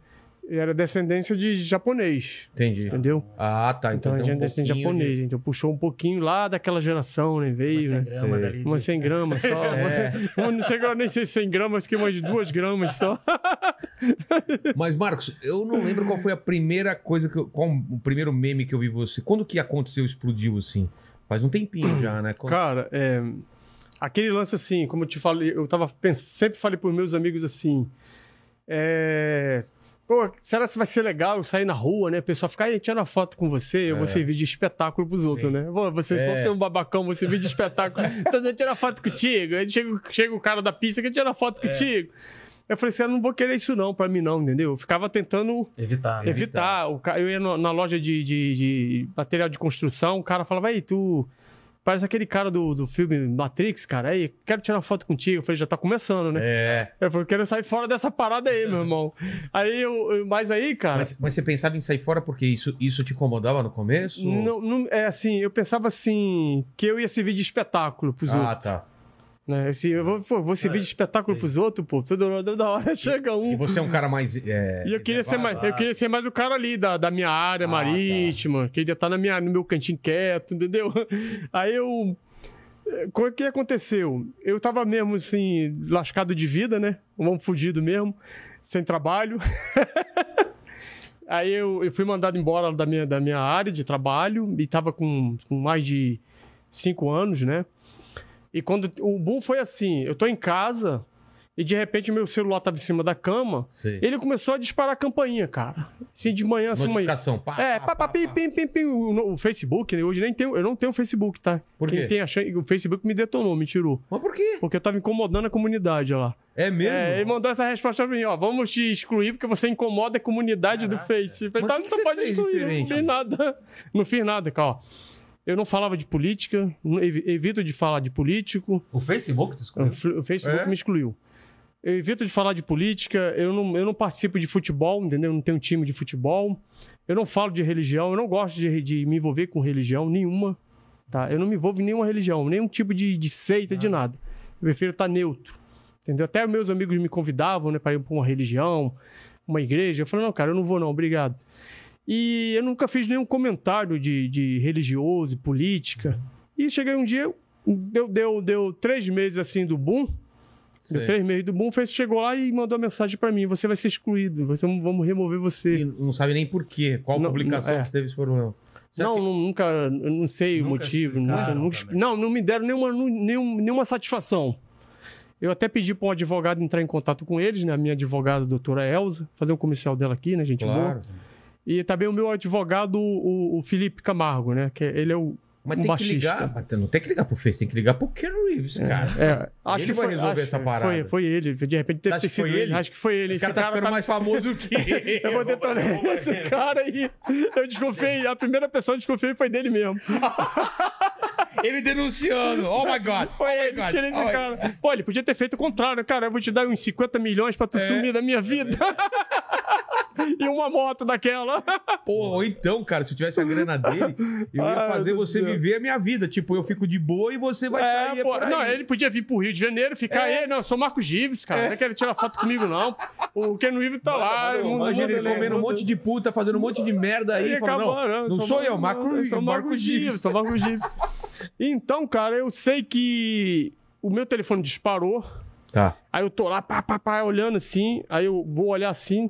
Era descendência de japonês, Entendi. entendeu? Ah, tá. Então, Então, a tem gente um é descendente pouquinho de- japonês, então puxou um pouquinho lá daquela geração, né? Umas Veio, cem né? gramas Sei. ali de- Umas 100 gramas só. É. Uma- Não chegou nem a ser 100 gramas, acho que umas 2 gramas só. É. Mas, Marcos, eu não lembro qual foi a primeira coisa que eu, qual o primeiro meme que eu vi você. Quando que aconteceu, explodiu assim? Faz um tempinho já, né? Quando- Cara, é, aquele lance assim, como eu te falei, eu tava pens- sempre falei pros meus amigos assim, É... Pô, será que vai ser legal eu sair na rua, né? O pessoal ficar aí tirando foto com você, eu vou servir de espetáculo pros outros, né? Pô, Vocês vão ser um babacão, vou servir de espetáculo. então eu tiro foto contigo. Aí chega, chega o cara da pista que tira foto contigo. Eu falei assim, eu não vou querer isso não, pra mim não, entendeu? Eu ficava tentando Evitar. evitar. O ca- eu ia no- na loja de, de- de material de construção, o cara falava, aí, tu. Parece aquele cara do, do filme Matrix, cara. Aí, quero tirar uma foto contigo. Eu falei, já tá começando, né? É. Eu falei, quero sair fora dessa parada aí, meu irmão. Aí eu. eu- Mas aí, cara. Mas, mas você pensava em sair fora porque isso, isso te incomodava no começo? Não, não- é assim, eu pensava assim, que eu ia servir de espetáculo pros outros. Ah, É, tá. Né? Assim, eu vou, pô, vou servir de espetáculo sei. pros outros, pô. Toda, toda hora chega um. E você é um cara mais. é, E eu queria, ser mais, reservado. eu queria ser mais o cara ali da, da minha área Ah, marítima, queria estar tá na minha, no meu cantinho quieto, entendeu? Aí eu. eh, O que aconteceu? Eu tava mesmo assim, lascado de vida, né? Um homem fudido mesmo, sem trabalho. Aí eu, eu fui mandado embora da minha, da minha área de trabalho e tava com, com mais de cinco anos, né? E quando. O boom foi assim: eu tô em casa e de repente meu celular tava em cima da cama. Sei. Ele começou a disparar a campainha, cara. Assim, de manhã, assim, manhã. Notificação. Pá, É, pá, pá, pim, pim, pim, pim. O, no- o Facebook, né? Hoje nem tenho, eu não tenho Facebook, tá? Por Quem quê? tem a chan- o Facebook me detonou, me tirou. Mas por quê? Porque eu tava incomodando a comunidade olha lá. É mesmo? É, ele mandou essa resposta pra mim, ó. Vamos te excluir porque você incomoda a comunidade do Face. Eu falei, Mas tá, o que que você você pode fez excluir. Eu Não diferente? fiz nada. Não fiz nada, cara. ó. Eu não falava de política, não- evi- evito de falar de político. O Facebook, O desculpa. fl- o Facebook É? me excluiu. Eu evito de falar de política, eu não, eu não participo de futebol, entendeu? Eu não tenho time de futebol. Eu não falo de religião, eu não gosto de, de me envolver com religião nenhuma. Tá? Eu não me envolvo em nenhuma religião, nenhum tipo de, de seita, de nada. Eu prefiro estar neutro. Entendeu? Até meus amigos me convidavam né, para ir para uma religião, uma igreja. Eu falei, não, cara, eu não vou, não, obrigado. E eu nunca fiz nenhum comentário de, de religioso, política. E cheguei um dia, deu, deu, deu três meses assim do boom. Sei. Deu três meses do boom, fez, chegou lá e mandou uma mensagem pra mim: você vai ser excluído, você, vamos remover você. E não sabe nem por quê. Qual Não, publicação é. que teve esse problema? Será não, que- não, nunca, eu não sei o Nunca motivo. Nunca, explicaram nunca expli- também. não, não me deram nenhuma, nu- nenhum- nenhuma satisfação. Eu até pedi para um advogado entrar em contato com eles, né? A minha advogada, a doutora Elza, fazer um comercial dela aqui, né, gente? boa. Claro. E também o meu advogado, o, o Felipe Camargo, né? Que ele é o. Mas Um tem baixista. que ligar. mas Não tem que ligar pro Face, tem que ligar pro Ken Reeves, cara. É, acho Ele que foi, vai resolver acho- essa parada. Foi, foi ele. De repente deve Acho ter que sido foi ele. ele? Acho que foi ele. Esse cara tá ficando tá- mais famoso que Eu vou detonar esse cara aí. Eu desconfiei. A primeira pessoa que desconfiei foi dele mesmo. Ele denunciando. Oh my God. Foi oh my ele. God. Tira esse Oh my- cara. Pô, ele podia ter feito o contrário. Cara, eu vou te dar uns 50 milhões É. pra tu sumir da minha vida. e uma moto daquela. Pô, ou então, cara, se eu tivesse a grana dele, eu ia Ai, fazer Ah, meu você Deus. viver a minha vida. Tipo, eu fico de boa e você vai sair É, pô, por aí. É. não, ele podia vir pro Rio de Janeiro, ficar aí. Não, eu sou Marcos Gives, cara. Não é quer tirar foto comigo, não. O Ken Reeves tá lá. manda, mundo- Imagina ele mundo- comendo um monte de puta, fazendo um monte de merda aí. Aí e falando, acabou, não, não sou eu, Marco, eu sou Marco Gives. Sou Marco Gives. Então, cara, eu sei que o meu telefone disparou. Tá. Aí eu tô lá, pá, pá, pá, olhando assim. Aí eu vou olhar assim.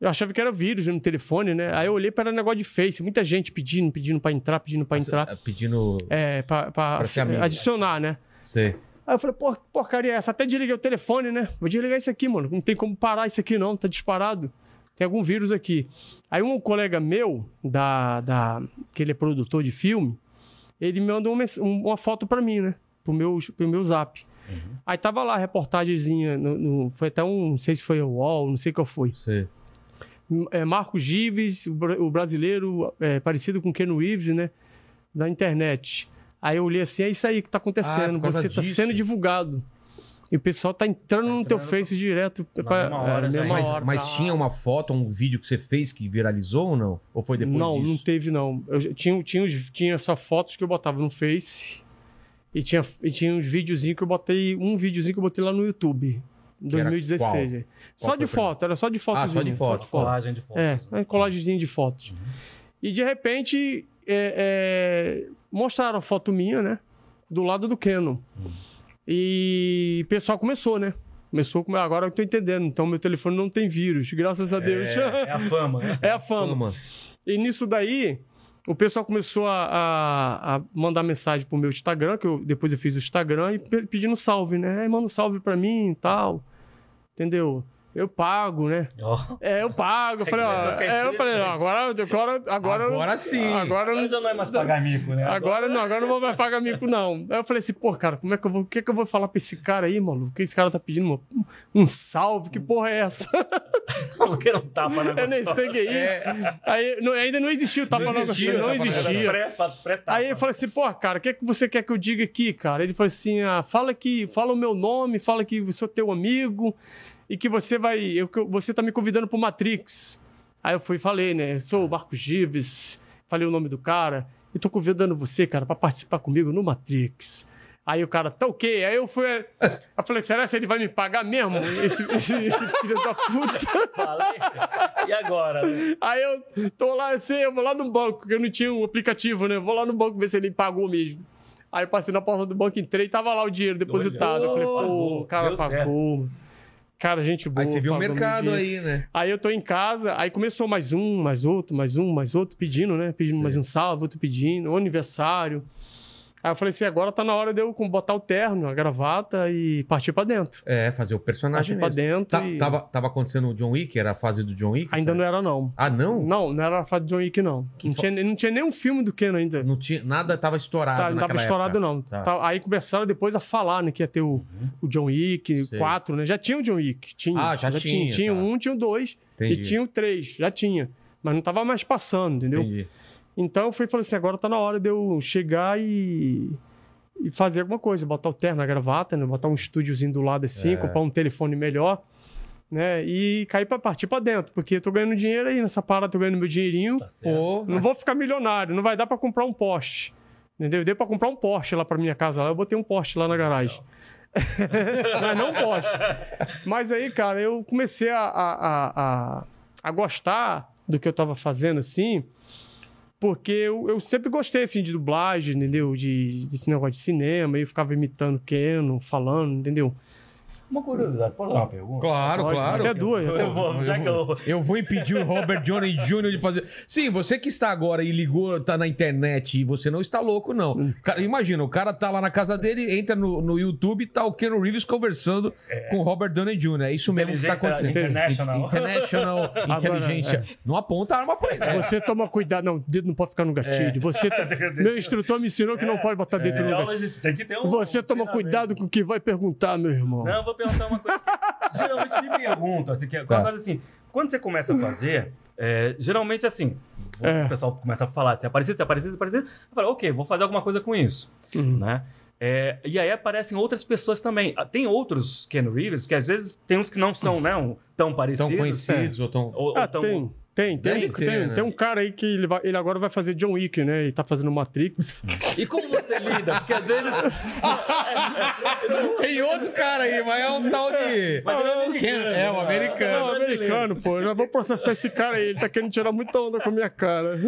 Eu achava que era vírus no telefone, né? Aí eu olhei para negócio de Face. Muita gente pedindo, pedindo pra entrar, pedindo pra entrar. tá, Pedindo. É, pra, pra Pra ser amigo. adicionar, né? Sei. Aí eu falei, pô, que porcaria é essa? Até desliguei o telefone, né? Vou desligar isso aqui, mano. Não tem como parar isso aqui, não. Tá disparado. Tem algum vírus aqui. Aí um colega meu, da, da, que ele é produtor de filme, ele me mandou uma, mens- um- uma foto pra mim, né? Pro meu, pro meu zap. Aí tava lá a reportagemzinha, no, no- foi até um, não sei se foi o UOL, não sei qual foi. Sei. É, Marcos Gives, o, bra- o brasileiro é, parecido com Ken Reeves, né? Da internet. Aí eu olhei assim, é isso aí que tá acontecendo. Ah, por causa Você tá disso. sendo divulgado. E o pessoal tá entrando no teu entrando Face direto. na pra- mesma hora é, já, mesma Mas, hora. mas Ah. tinha uma foto, um vídeo que você fez que viralizou ou não? Ou foi depois não, disso? não teve, não. Eu já- tinha, tinha, os- tinha só fotos que eu botava no Face. E tinha, e tinha uns videozinhos que eu botei. Um videozinho que eu botei lá no YouTube. Em Que era 2016. qual? é. só foi de o primeiro? foto, era só de foto. Ah, só de foto. Uma colagem de fotos. É, né? uma colagemzinha de fotos. E de repente é, é, mostraram a foto minha, né? Do lado do Canon. E o pessoal começou, né? Começou com. Agora eu tô entendendo. Então meu telefone não tem vírus, graças a Deus. É a fama, né? É a fama. Fama. E nisso daí, o pessoal começou a, a- a mandar mensagem pro meu Instagram, que eu, depois eu fiz o Instagram, e pe- pedindo salve, né? Aí manda um salve pra mim e tal. Entendeu? Eu pago, né? Ó, É, eu pago. Eu falei, ó, começou a ficar é, eu falei, não, agora, agora, agora, Agora sim. Agora, agora já não é mais pagar mico, né? agora não, agora não vou mais pagar mico, não. Aí eu falei assim, pô, cara, como é que eu vou, o que, é que eu vou falar pra esse cara aí, maluco? Que esse cara tá pedindo uma- um salve, que porra é essa? Eu quero um tapa na Eu nem sei o que é isso. Aí, não- ainda não tá existia o tapa Não tá não existia, existia, não tapa na gostosa. existia. Aí né? eu falei assim, pô, cara, o que, é que você quer que eu diga aqui, cara? Ele falou assim, ah, fala que, fala o meu nome, fala que eu sou teu amigo e que você vai, eu- que eu- você tá me convidando pro Matrix. Aí eu fui e falei, né, eu sou o Marcos Gives, falei o nome do cara, e tô convidando você, cara, pra participar comigo no Matrix. Aí o cara, tá ok. Aí eu fui. Eu falei, será que ele vai me pagar mesmo? Esse, esse- esse filho da puta. E agora? né? Aí eu tô lá, assim, eu vou lá no banco, porque eu não tinha o aplicativo, né? Eu Vou lá no banco ver se ele pagou mesmo. Aí eu passei na porta do banco, entrei e tava lá o dinheiro depositado. Eu falei, Olha. pô, o cara Deu pagou. Cara, gente boa. Aí você viu o pagou meu mercado dinheiro. aí, né? Aí eu tô em casa, aí começou mais um, mais outro, mais um, mais outro, pedindo, né? Pedindo mais um salve, outro pedindo, um aniversário. Aí eu falei assim, agora tá na hora de eu com- botar o terno, a gravata e partir pra dentro. É, fazer o personagem Partir pra mesmo. dentro Tá- e... tava, tava acontecendo o John Wick? Era a fase do John Wick? Ainda sabe? não é- era, não. Ah, não? Não, não era a fase de John Wick, não. Que Não fa- tinha, não tinha nenhum filme do Ken ainda. Não tinha, nada tava estourado Tá, não naquela tava estourado, época. não. Tá. Uhum. Tá, aí começaram depois a falar, né? Que ia ter o, o John Wick Sei. 4, né? Já tinha o John Wick. Tinha, Ah, já tinha, Tinha tá. o 1, tinha o 2 Entendi. e tinha um- o 3. Já tinha. Mas não tava mais passando, entendeu? Entendi. Então eu fui e falei assim: agora tá na hora de eu chegar e, e fazer alguma coisa, botar o terno, a gravata, né? botar um estúdiozinho do lado assim, É. comprar um telefone melhor, né? E cair pra partir pra dentro, porque eu tô ganhando dinheiro aí nessa parada, tô ganhando meu dinheirinho. Tá certo. Pô, Não vou ficar milionário, não vai dar pra comprar um Porsche. Entendeu? Deu pra comprar um Porsche lá pra minha casa. lá, Eu botei um Porsche lá na garagem. Mas não um Porsche. Mas aí, cara, eu comecei a, a, a, a- a gostar do que eu tava fazendo, assim, porque eu, eu sempre gostei, assim, de dublagem, entendeu? De, desse negócio de cinema. Eu ficava imitando Keno, falando, entendeu? Uma curiosidade, posso dar uma pergunta? claro, Pode, claro. até duas, até Eu vou, já que eu... Eu vou impedir o Robert Johnny Jr. de fazer. Sim, você que está agora e ligou, tá na internet e você não está louco, não. Hum. Cara, imagina, o cara tá lá na casa dele, entra no, no YouTube e tá o Keanu Reeves conversando com o Robert Downey Jr. É isso mesmo que está acontecendo. Inteligência International. International, inteligência. é. Não aponta a arma pra ele. Você toma cuidado. Não, o dedo não pode ficar no gatilho. Você, tá, meu instrutor me ensinou que não pode botar dedo no Tem gatilho. É, aula, gente, tem que ter um... Você toma treinamento. cuidado com o que vai perguntar, meu irmão. Não, eu vou perguntar uma coisa. geralmente me perguntam, assim, que é uma Tá. coisa assim, quando você começa a fazer, é, geralmente assim, o É. pessoal começa a falar, assim, se aparecer, se aparecer, se aparecer, é eu falo, ok, vou fazer alguma coisa com isso, Uhum. né? É, e aí aparecem outras pessoas também. Ah, Tem outros Ken Reeves que às vezes tem uns que não são né, um- tão parecidos. Tão conhecidos ou tão. Ou, ou Ah, tão... tem. Tem, Deve tem, ter, tem, né? tem um cara aí que ele, vai- ele agora vai fazer John Wick, né? E tá fazendo Matrix. E como você lida? Porque às vezes. Tem outro cara aí, mas é um tal de. É o Ah, Não, americano. americano, pô. Eu já vou processar esse cara aí. Ele tá querendo tirar muita onda com a minha cara.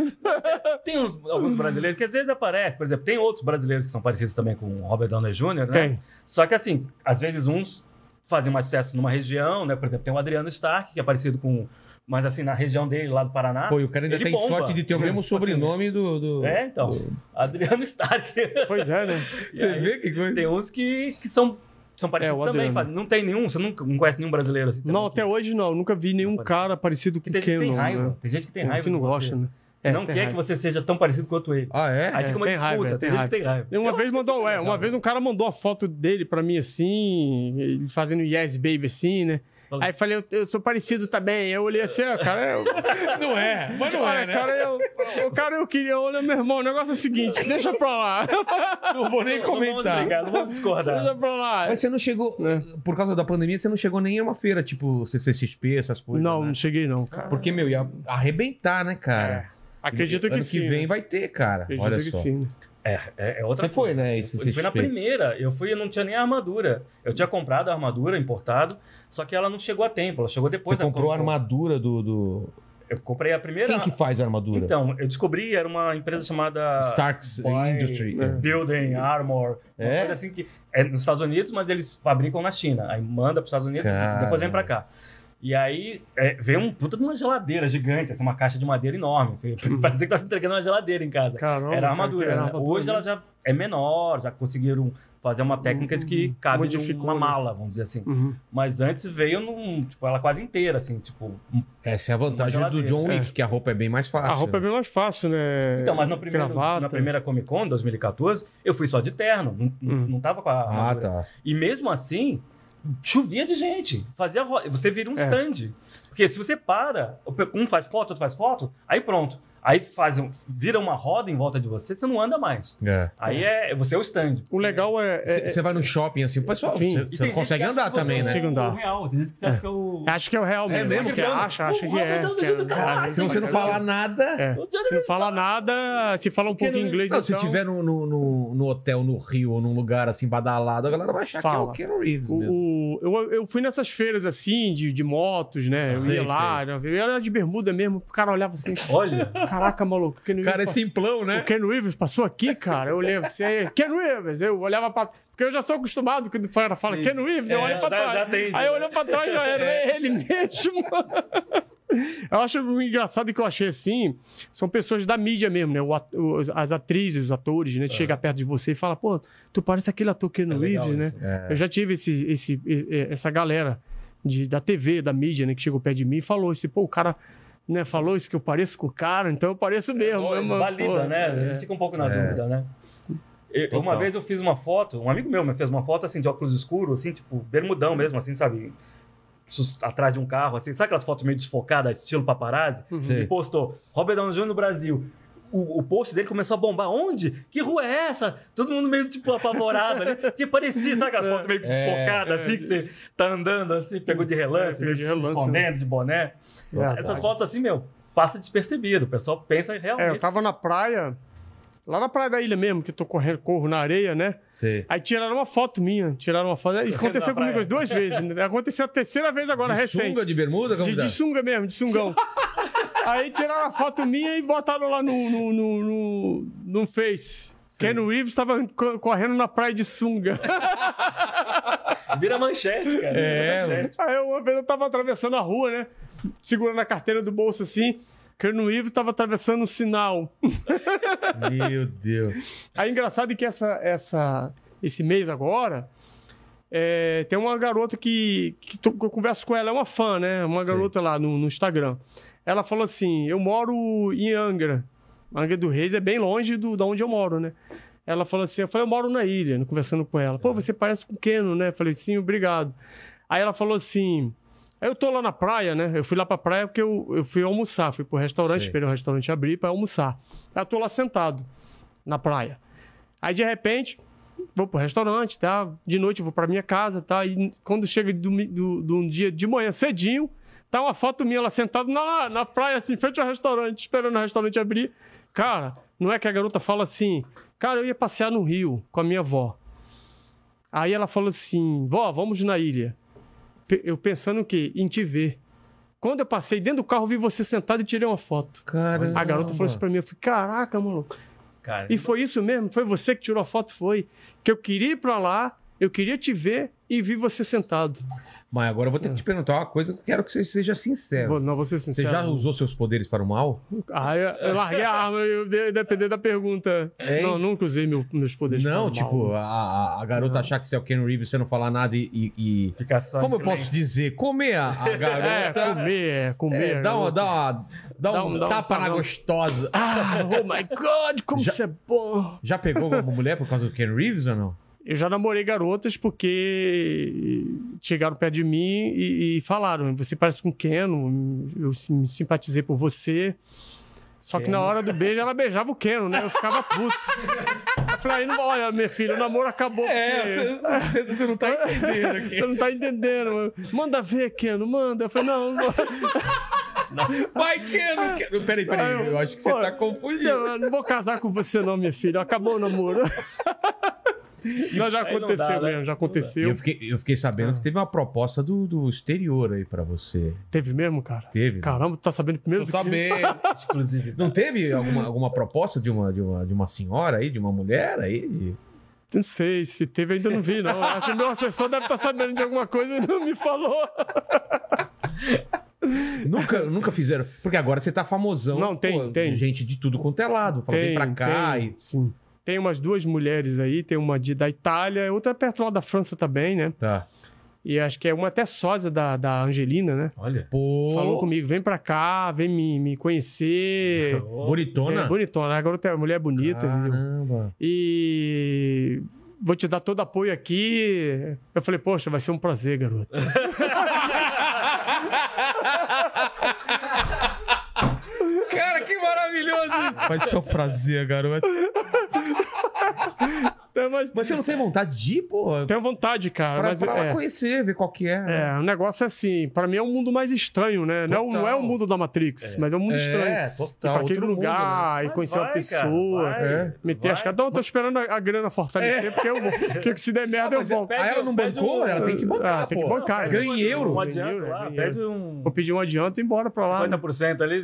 Tem uns- alguns brasileiros que às vezes aparecem, por exemplo, tem outros brasileiros que são parecidos também com o Robert Downey Jr., né? Tem. Só que assim, às vezes uns fazem mais sucesso numa região, né? Por exemplo, tem o Adriano Stark, que é parecido com. Mas assim, na região dele, lá do Paraná. Pô, e o cara ainda ele tem bomba. sorte de ter o mesmo Tipo assim, sobrenome do. do- É, então. Adriano Stark. Pois é, né? E Você aí, vê que coisa. Tem uns que, que são, são parecidos É, o também. Adriano. fazem- Não tem nenhum, você nunca não conhece nenhum brasileiro assim. Não, até também hoje não. Nunca vi nenhum Não parece. cara parecido que, com que tem, o gente que tem Kenon. raiva. né? Tem gente que tem Tem raiva. que não de você. gosta, né? É, não tem quer raiva. que você seja tão parecido quanto ele. Ah, é? Aí fica uma tem disputa. raiva, tem tem gente que tem raiva. Uma Eu vez acho mandou, isso é, legal, uma né? vez um cara mandou a foto dele pra mim assim, ele fazendo Yes Baby assim, né? Falei. Aí falei, eu, eu sou parecido também. Eu olhei assim, ó, cara, eu, Não é, mas não olha, é, né? cara, eu, o cara eu queria, olha, meu irmão, o negócio é o seguinte, deixa pra lá, Não vou nem Não vamos comentar. brigar, não vamos discordar. deixa pra lá. Mas você não chegou, É. por causa da pandemia, você não chegou nem a uma feira, tipo CCXP, essas coisas. não, né? não cheguei não, cara. Porque, meu, ia arrebentar, né, cara? É, Acredito que ano sim. que vem né? vai ter, cara. Acredito Olha que só. sim. né? É, é, é outra Você foi, né, Eu esse fui, fui na CXP? primeira. Eu fui e não tinha nem a armadura. Eu tinha comprado a armadura importado, só que ela não chegou a tempo. Ela chegou depois Você comprou a Comic Con. armadura do. do- Eu comprei a primeira. Quem que faz a armadura? Então, ah, eu descobri, era uma empresa chamada Starks Boy- Industry. né? É. Building Armor. Uma É? coisa assim que é nos Estados Unidos, mas eles fabricam na China. Aí manda para os Estados Unidos, Cara. depois vem para cá. E aí é, veio um puta de uma geladeira gigante, assim, uma caixa de madeira enorme. Assim, parecia que tava entregando uma geladeira em casa. Caramba, Era armadura. cara, né? era armadura Hoje ela mesmo. já é menor, já conseguiram fazer uma técnica de que cabe num- Modificou, numa né? mala, vamos dizer assim. Uhum. Mas antes veio num, tipo, ela quase inteira, assim, tipo. um- Essa é a vantagem Uma do geladeira, John Wick, que a roupa é bem mais fácil. A roupa é bem mais fácil, né? Então, mas no primeiro, Gravata. na primeira Comic Con, 2014, eu fui só de terno, não, não- Hum. não tava com a Ah, armadura. tá. E mesmo assim, chovia de gente. Fazia ro- você vira um É. stand. Porque se você para, um faz foto, outro faz foto, aí pronto. Aí faz, um- vira uma roda em volta de você, você não anda mais. É. Aí é, você é o stand. O legal é. é- Você vai no shopping assim, pessoal, você Sim. E tem você gente consegue que acha andar que você também, né? é o- Consigo andar. o real. Tem gente que você acha que é o. é- Acho que é o real mesmo. mesmo? Que acha, acha O que é. Rafa tá que usando é. do caralho. Se você não falar nada. É. O Johnny Se não fala nada, se fala um pouco não- inglês, Não, se então... tiver no, no, no- no hotel no Rio ou num lugar assim badalado, a galera vai achar Fala. que é o Keanu Reeves mesmo. O, o- eu, eu fui nessas feiras assim, de, de motos, né? Eu Sei, ia lá, né? eu era de bermuda mesmo. O cara olhava assim, Olha, caraca, maluco, o Ken O Reeves, cara é passou, simplão, né? o Ken Reeves passou aqui, cara. Eu olhava assim, aí, Ken Reeves, eu olhava pra. Porque eu já sou acostumado quando o cara fala Sim. Ken Reeves, eu É, olho pra já- trás. já né? tem, aí já. eu olho pra trás já era é ele mesmo. Eu acho o engraçado que eu achei assim, são pessoas da mídia mesmo, né? O at- o- as atrizes, os atores, né? Chega perto de você e fala, pô, tu parece aquele ator Ken É legal Reeves, né? isso. É. Eu já tive esse, esse- e- e- essa galera de- da TV, da mídia, né, que chegou perto de mim e falou isso. Pô, o cara né, falou isso que eu pareço com o cara, então eu pareço mesmo. é uma- valida, pô, né? A é. gente fica um pouco na É. dúvida, né? Eu- Total. uma vez eu fiz uma foto, um amigo meu me fez uma foto assim de óculos escuros, assim, tipo, bermudão mesmo, assim, sabe? Sus- Atrás de um carro, assim, sabe aquelas fotos meio desfocadas, estilo paparazzi? Uhum. Sei. E postou, Robert Downey Jr. no Brasil. O, o post dele começou a bombar. Onde? Que rua é essa? Todo mundo meio, tipo, apavorado ali. Porque parecia, sabe É. aquelas fotos meio que desfocadas, assim, que você tá andando, assim, pegou de relance, É, pegou meio de de relance, relance, escondendo, de boné. Verdade. Essas fotos assim, meu, passa despercebido. O pessoal pensa É, eu realmente. tava na praia, lá na praia da ilha mesmo, que eu tô correndo, corro na areia, né? Sei. Aí tiraram uma foto minha, tiraram uma foto. E aconteceu praia. comigo as duas vezes, né? Aconteceu a terceira vez agora, de recente. sunga, de bermuda, como De, de sunga mesmo, de sungão. Aí tiraram a foto minha e botaram lá no, no, no, no, no Face. Ken Reeves estava co- correndo na praia de sunga. Vira manchete, cara. É, Vira manchete. Aí uma vez eu tava atravessando a rua, né? Segurando a carteira do bolso assim. Ken Reeves tava atravessando o sinal. Meu Deus. Aí engraçado que essa, essa, esse mês agora. é, tem uma garota que, que to- que eu converso com ela, é uma fã, né? Uma garota lá no, no Instagram. Ela falou assim: Eu moro em Angra. Angra do Reis é bem longe do, da onde eu moro, né? Ela falou assim: Eu falei, eu moro na ilha, né, conversando com ela. Pô, você parece com o Keno, né? Eu falei, sim, obrigado. Aí ela falou assim: "Aí Eu tô lá na praia, né? Eu fui lá pra praia porque eu, eu fui almoçar, fui pro restaurante, Sei. esperei o restaurante abrir pra almoçar. Aí eu tô lá sentado na praia. Aí de repente, vou pro restaurante, tá? De noite eu vou pra minha casa, tá? E quando chega do, mi- do, de um dia de manhã cedinho, tá uma foto minha lá sentada na, na praia, assim, em frente ao restaurante, esperando o restaurante abrir. Cara, não é que a garota fala assim, cara, eu ia passear no Rio com a minha avó. Aí ela falou assim, vó, vamos na ilha. Pe- Eu pensando o quê? Em te ver. Quando eu passei dentro do carro, vi você sentado e tirei uma foto. Caramba. A garota falou isso pra mim, eu falei, caraca, maluco. Cara, E foi isso mesmo, foi você que tirou a foto, foi. Que eu queria ir pra lá, eu queria te ver e vi você sentado. Mas agora eu vou ter que te perguntar uma coisa que eu quero que você seja sincero. Vou, não, vou ser É. Você já sincero. usou seus poderes para o mal? Ah, eu, eu larguei a arma, eu de- depender da pergunta. Hein? Não, nunca usei meu- meus poderes. Não, pra mal. tipo, a, a- a garota achar que você é o Ken Reeves, você não falar nada e. e- e- fica só em Como eu silêncio. posso dizer? Comer a, a É, garota. comer, é, tá- É, comer. dá, uma, dá, uma, dá, Dá um, um- dá um tapa na tapão. gostosa. Ah, oh my God, como Já- isso é bom. Já pegou alguma mulher por causa do Ken Reeves ou não? Eu já namorei garotas porque chegaram perto de mim e, e falaram: você parece com Keno, eu sim- me simpatizei por você. Só que na hora do beijo ela beijava o Keno, né? Eu ficava puto. Eu falei: "Aí não- olha, minha filha, o namoro acabou. porque você não É, tá entendendo Você não tá entendendo. Manda ver, Keno, manda. Eu falei: não, não, Vai, Ken! não quero- Peraí, peraí, Ai, eu acho que você pô, tá confundindo. não, eu não vou casar com você, não, minha filha. Acabou o namoro. Não, já Aí não dá, aconteceu né? mesmo, já Não dá. aconteceu. Eu fiquei, eu fiquei Ah. sabendo que teve uma proposta do, do exterior aí pra você. Teve mesmo, cara? Teve? né? Caramba, tu tá sabendo primeiro do que Exclusividade. Não teve alguma, alguma proposta de uma, de, uma, de uma senhora aí, de uma mulher aí? de- Não sei, se tá teve ainda não vi, não. Acho que meu assessor deve estar sabendo de alguma coisa e não me falou. Nunca, nunca fizeram. Porque agora você tá famosão. Não, tem, tem. Gente de tudo quanto é lado. Fala, vem pra cá. Tem, e- sim. Tem umas duas mulheres aí, tem uma de, da Itália, outra perto lá da França também, né? Tá. E acho que é uma até sósia da, da Angelina, né? Olha. Pô, Falou comigo, vem pra cá, vem me, me conhecer. bonitona. Ah. É, bonitona, a garota é uma mulher bonita. entendeu? Caramba. E vou te dar todo apoio aqui. Eu falei, poxa, vai ser um prazer, garoto. Cara, que maravilhoso isso. Vai ser um prazer, garoto. É, mas Mas você não tem vontade de ir, porra? tenho vontade, cara. Pra, mas pra lá é, conhecer, ver qual que é. é, o negócio é assim, pra mim é um mundo mais estranho, né? Não, é o- não é o Total. mundo da Matrix, mas é um mundo estranho. Ir total. pra aquele outro mundo, né? lugar e Mas conhecer uma vai, pessoa. cara, vai, é. Meter as vai. caras. Não, eu tô esperando a a grana fortalecer, porque eu vou. Porque se der merda, eu Mas é- volto. Aí ela não pede bancou, um- ela tem que bancar, Ah, tem que pô. bancar, Não, ganha em perde um- euro. Um adianto Ganha em lá, euro, perde Vou um pedir um adianto e ir embora pra lá. né? 50% ali.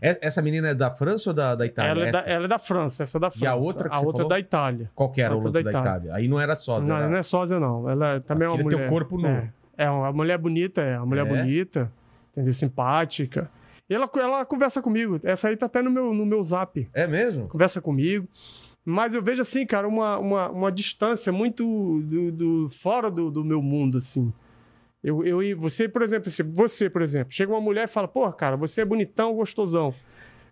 É. É- Essa menina é da França ou da, da Itália? Ela é, da, Essa? ela é da França, essa é da França. outra que A você outra é falou? da Itália. Qual que era o Outra lance é da da Itália? Itália. Aí não era só. não, era... não é sósia, não. Ela é- também é uma Aquilo tem mulher. o corpo nu. É, é uma mulher bonita, é uma É? mulher bonita, entendeu? Simpática. E ela, ela conversa comigo. Essa aí tá até no meu, no meu zap. É mesmo? Conversa comigo. Mas eu vejo assim, cara, uma, uma, uma distância muito do, do- fora do, do meu mundo, assim. Eu, eu, e você, por exemplo, se você, por exemplo, chega uma mulher e fala, pô, cara, você é bonitão, gostosão.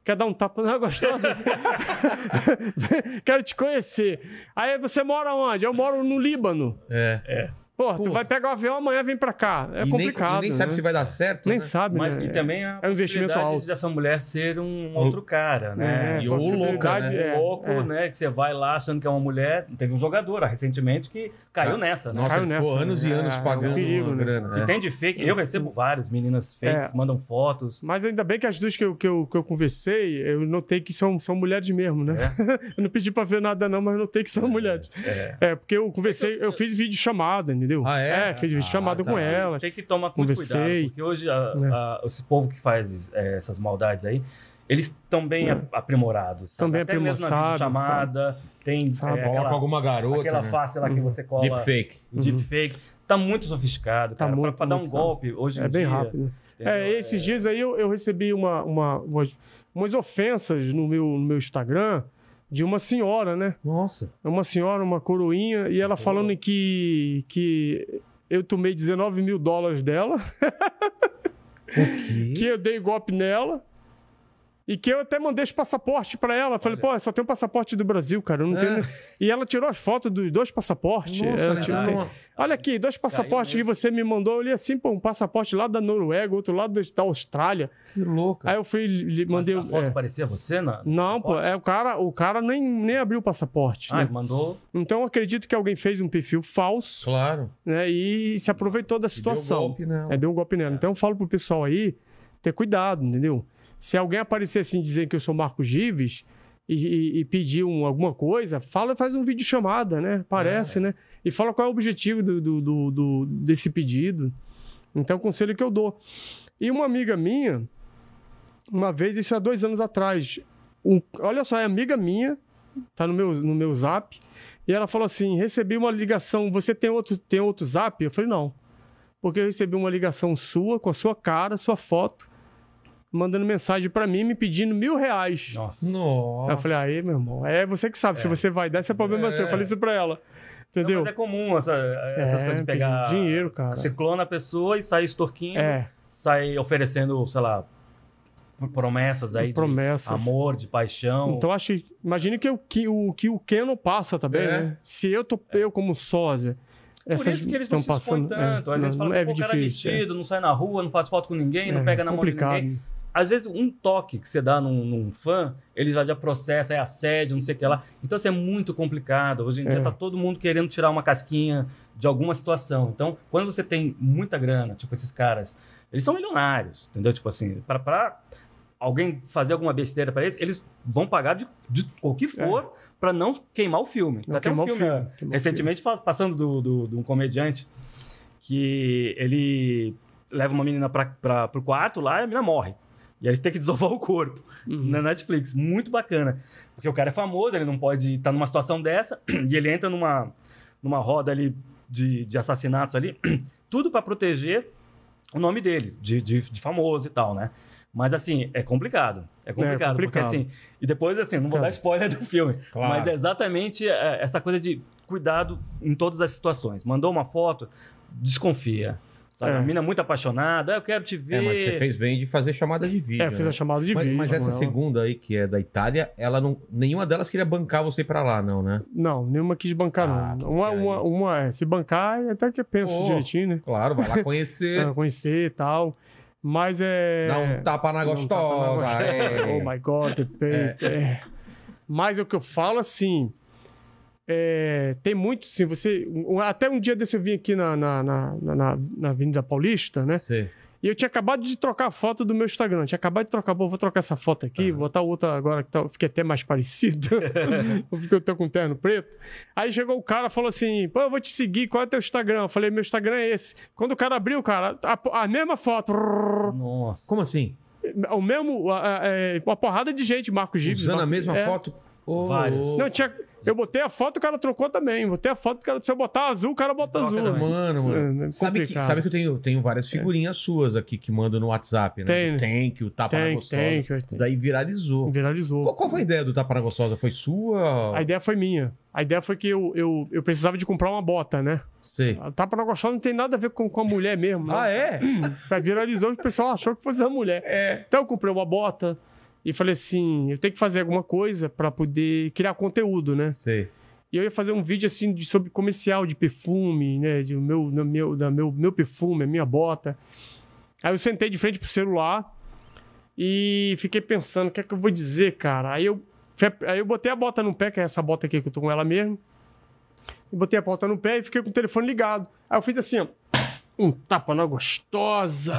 Quer dar um tapa na gostosa? Quero te conhecer. Aí você mora onde? Eu moro no Líbano. É. Porra, Pô. tu vai pegar o avião amanhã vem pra cá. É e nem- complicado. e Nem, né? sabe se vai dar certo. Nem né? sabe, Mas- né? E também a É um investimento possibilidade alto. dessa mulher ser um outro cara, É, né? E ou possibilidade, louca, é, louco, é. né? Que você vai lá achando que é uma mulher. Teve um jogador ah, recentemente que caiu Ca- nessa, né? Nossa, Caiu ele ficou nessa, anos né? e anos É, é um pagando perigo, né? grana. Que Ah, é. tem de fake. Eu recebo vários meninas É. fakes, mandam fotos. Mas ainda bem que as duas que eu, que eu, que eu conversei, eu notei que são, são mulheres mesmo, né? eu não pedi pra ver nada, não, mas notei que são mulheres. É. É, porque eu conversei, eu fiz vídeo chamada, entendeu? Ah, é? É, fiz vídeo chamada Ah, tá. com elas. Tem que tomar muito Conversei. cuidado, porque hoje a- É. a- esse povo que faz é, essas maldades aí, eles estão bem a- aprimorados. sabe? Né? Tão bem Até mesmo na aprimorados, chamada, tem Sabe? Uhum. é, Coloca aquela, alguma garota. aquela né? face lá que você cola. Deepfake. O deepfake tá muito sofisticado, Tá cara. Pra- muito, pra, dar um muito, cara. golpe hoje É em bem dia, rápido. entendeu? É, esses dias aí eu, eu recebi uma, uma, umas, umas ofensas no meu, no meu Instagram de uma senhora, né? Nossa. É uma senhora, uma coroinha, e ela falando que, que eu tomei 19 mil dólares dela, que eu dei golpe nela. E que eu até mandei os passaportes pra ela. Falei, pô, só tem o passaporte do Brasil, cara. eu não É. tenho... nem- E ela tirou as fotos dos dois passaportes. Nossa, Ela né, tirou- cara? Olha aqui, dois passaportes que você me mandou. Eu li assim, pô, um passaporte lá da Noruega, outro lá da da Austrália. Que louca. Aí eu fui, lhe- Mas mandei. a foto é. parecia você na... Não, pô, é, o cara, o cara nem, nem abriu o passaporte. Ah, né? mandou... Então eu acredito que alguém fez um perfil falso Claro. né, e se aproveitou da E deu situação. golpe né? nela. É, deu um golpe nela. Então eu falo pro pessoal aí ter cuidado, entendeu? Se alguém aparecer assim dizer que eu sou Marco Gives e, e- e pedir um- alguma coisa, fala faz um vídeo chamada, né? Parece, né? E fala qual é o objetivo do, do- do- do- desse pedido. Então, o conselho que eu dou. E uma amiga minha, uma vez, isso há dois anos atrás, um- olha só, é amiga minha, tá no meu, no meu zap, e ela falou assim: recebi uma ligação, você tem outro, tem outro zap? Eu falei, não porque eu recebi uma ligação sua, com a sua cara, sua foto, mandando mensagem pra mim, me pedindo mil reais. Nossa. Aí eu Nossa. falei, aí, meu irmão, é você que sabe, se você vai dar, esse é problema seu. Eu falei isso pra ela. Não, Entendeu? mas é comum essa- essas É, coisas pegar... pedindo dinheiro, cara. Você clona a pessoa e sai extorquindo, É, sai oferecendo, sei lá, promessas aí de promessa. amor, de paixão. Então, acho que- imagine que o que o, que o Ken não passa também, É. né? Se eu tô eu como sósia, Por isso que eles não se expõem é, tanto. a gente fala que o cara é metido, não sai na rua, não faz foto com ninguém, não pega na mão de é. complicado. ninguém. Às vezes, um toque que você dá num, num fã, ele já, já processa, é assédio, não sei o que lá. Então, isso é muito complicado. Hoje em dia, É. tá todo mundo querendo tirar uma casquinha de alguma situação. Então, quando você tem muita grana, tipo esses caras, eles são milionários, entendeu? Tipo assim, pra, pra alguém fazer alguma besteira pra eles, eles vão pagar de, de qualquer for pra não queimar o filme. É. Não Tá até um queimar o filme, filme, né? queimar o filme. recentemente, fa- passando do- do- de um comediante que ele leva uma menina pra, pra, pro quarto lá e a menina morre. E aí ele tem que desovar o corpo Uhum. Uhum. na Netflix. Muito bacana. Porque o cara é famoso, ele não pode estar numa situação dessa. E ele entra numa, numa roda ali de, de assassinatos ali. Tudo pra proteger o nome dele, de, de, de famoso e tal, né? Mas assim, é complicado. É complicado. Porque complicado. assim. E depois, assim, não vou dar spoiler do filme. Claro. Mas é exatamente é, essa coisa de cuidado em todas as situações. Mandou uma foto, desconfia. Sabe? É. A mina é muito apaixonada, "Ah, eu quero te ver. É, mas você fez bem de fazer chamada de vídeo. É, fez né? a chamada de mas, vídeo. mas essa com ela. segunda aí, que é da Itália, ela não. Nenhuma delas queria bancar você pra lá, não, né? Não, nenhuma quis bancar, Ah, não. Uma, porque uma, uma é, se bancar, até que eu penso Pô. direitinho, né? Claro, vai lá conhecer, É. Pra conhecer e tal. Mas é. dá um tapa na Dá um tapa gostosa. na gostosa. é. Oh my God, the pain. É. Mas é o que eu falo assim. é, tem muito, sim. Você, um- até um dia desse eu vim aqui na, na, na, na- na, na Avenida Paulista, né? Sei. E eu tinha acabado de trocar a foto do meu Instagram. Tinha acabado de trocar. Pô, vou trocar essa foto aqui, botar outra agora que tá, fica até mais parecida. Porque eu tô com um terno preto. Aí chegou o cara falou assim: pô, eu vou te seguir, qual é teu Instagram? Eu falei: meu Instagram é esse. Quando o cara abriu, cara, a, a mesma foto. Nossa. Como assim? O mesmo. a- a- é, uma porrada de gente, Marco Gibbs. Usando a Marco- mesma é. foto? Ô, Várias. ô, Não, tinha. Eu botei a foto, o cara trocou também. Botei a foto, o cara, se eu botar azul, o cara bota Troca azul. também. né? Mano, mano. É, é sabe, que, complicado. É. sabe que eu tenho, tenho várias figurinhas suas aqui que mando no WhatsApp, né? Tem. Do Tank, o Tapa na Tem, Gostosa. tem, tem. Isso Daí viralizou. Viralizou. Qual, é qual foi a ideia do Tapa na Gostosa? Foi sua? A ideia foi minha. A ideia foi que eu, eu, eu precisava de comprar uma bota, né? Sei. A tapa na gostosa não tem nada a ver com, com a mulher mesmo. né? Ah, é? Vai Viralizou e o pessoal achou que fosse a mulher. Então eu comprei uma bota e falei assim: eu tenho que fazer alguma coisa pra poder criar conteúdo, né? Sei. E eu ia fazer um vídeo assim de, sobre comercial de perfume, né? De o meu, no meu, da meu, meu perfume, a minha bota. Aí eu sentei de frente pro celular e fiquei pensando, o que é que eu vou dizer, cara? Aí eu, fe- aí eu botei a bota no pé, que é essa bota aqui que eu tô com ela mesmo. E botei a bota no pé e fiquei com o telefone ligado. Aí eu fiz assim, ó. Um tapa na gostosa.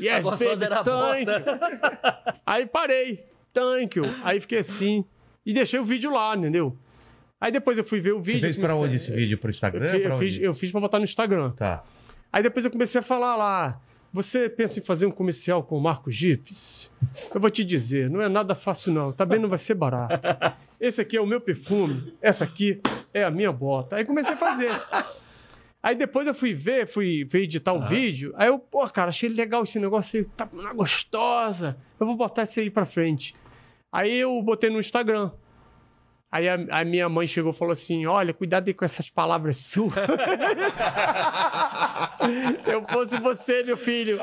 Yes, A gostosa baby, era a thank you. bota. Aí parei. Thank you. Aí fiquei assim. E deixei o vídeo lá, entendeu? Aí depois eu fui ver o Você é, vídeo. fez pra comecei- onde esse vídeo? Pro Instagram? Eu fi- Pra eu fiz, onde? eu fiz pra botar no Instagram. Tá. Aí depois eu comecei a falar lá. Você pensa em fazer um comercial com o Marco Gips? Eu vou te dizer, não é nada fácil não. Também não vai ser barato. Esse aqui é o meu perfume. Essa aqui é a minha bota. Aí comecei a fazer. Aí depois eu fui ver, fui, fui editar o vídeo. Aí eu, pô, cara, achei legal esse negócio aí. Tá na gostosa. Eu vou botar isso aí pra frente. Aí eu botei no Instagram. Aí a, a minha mãe chegou e falou assim: Olha, cuidado aí com essas palavras suas. Se eu fosse você, meu filho,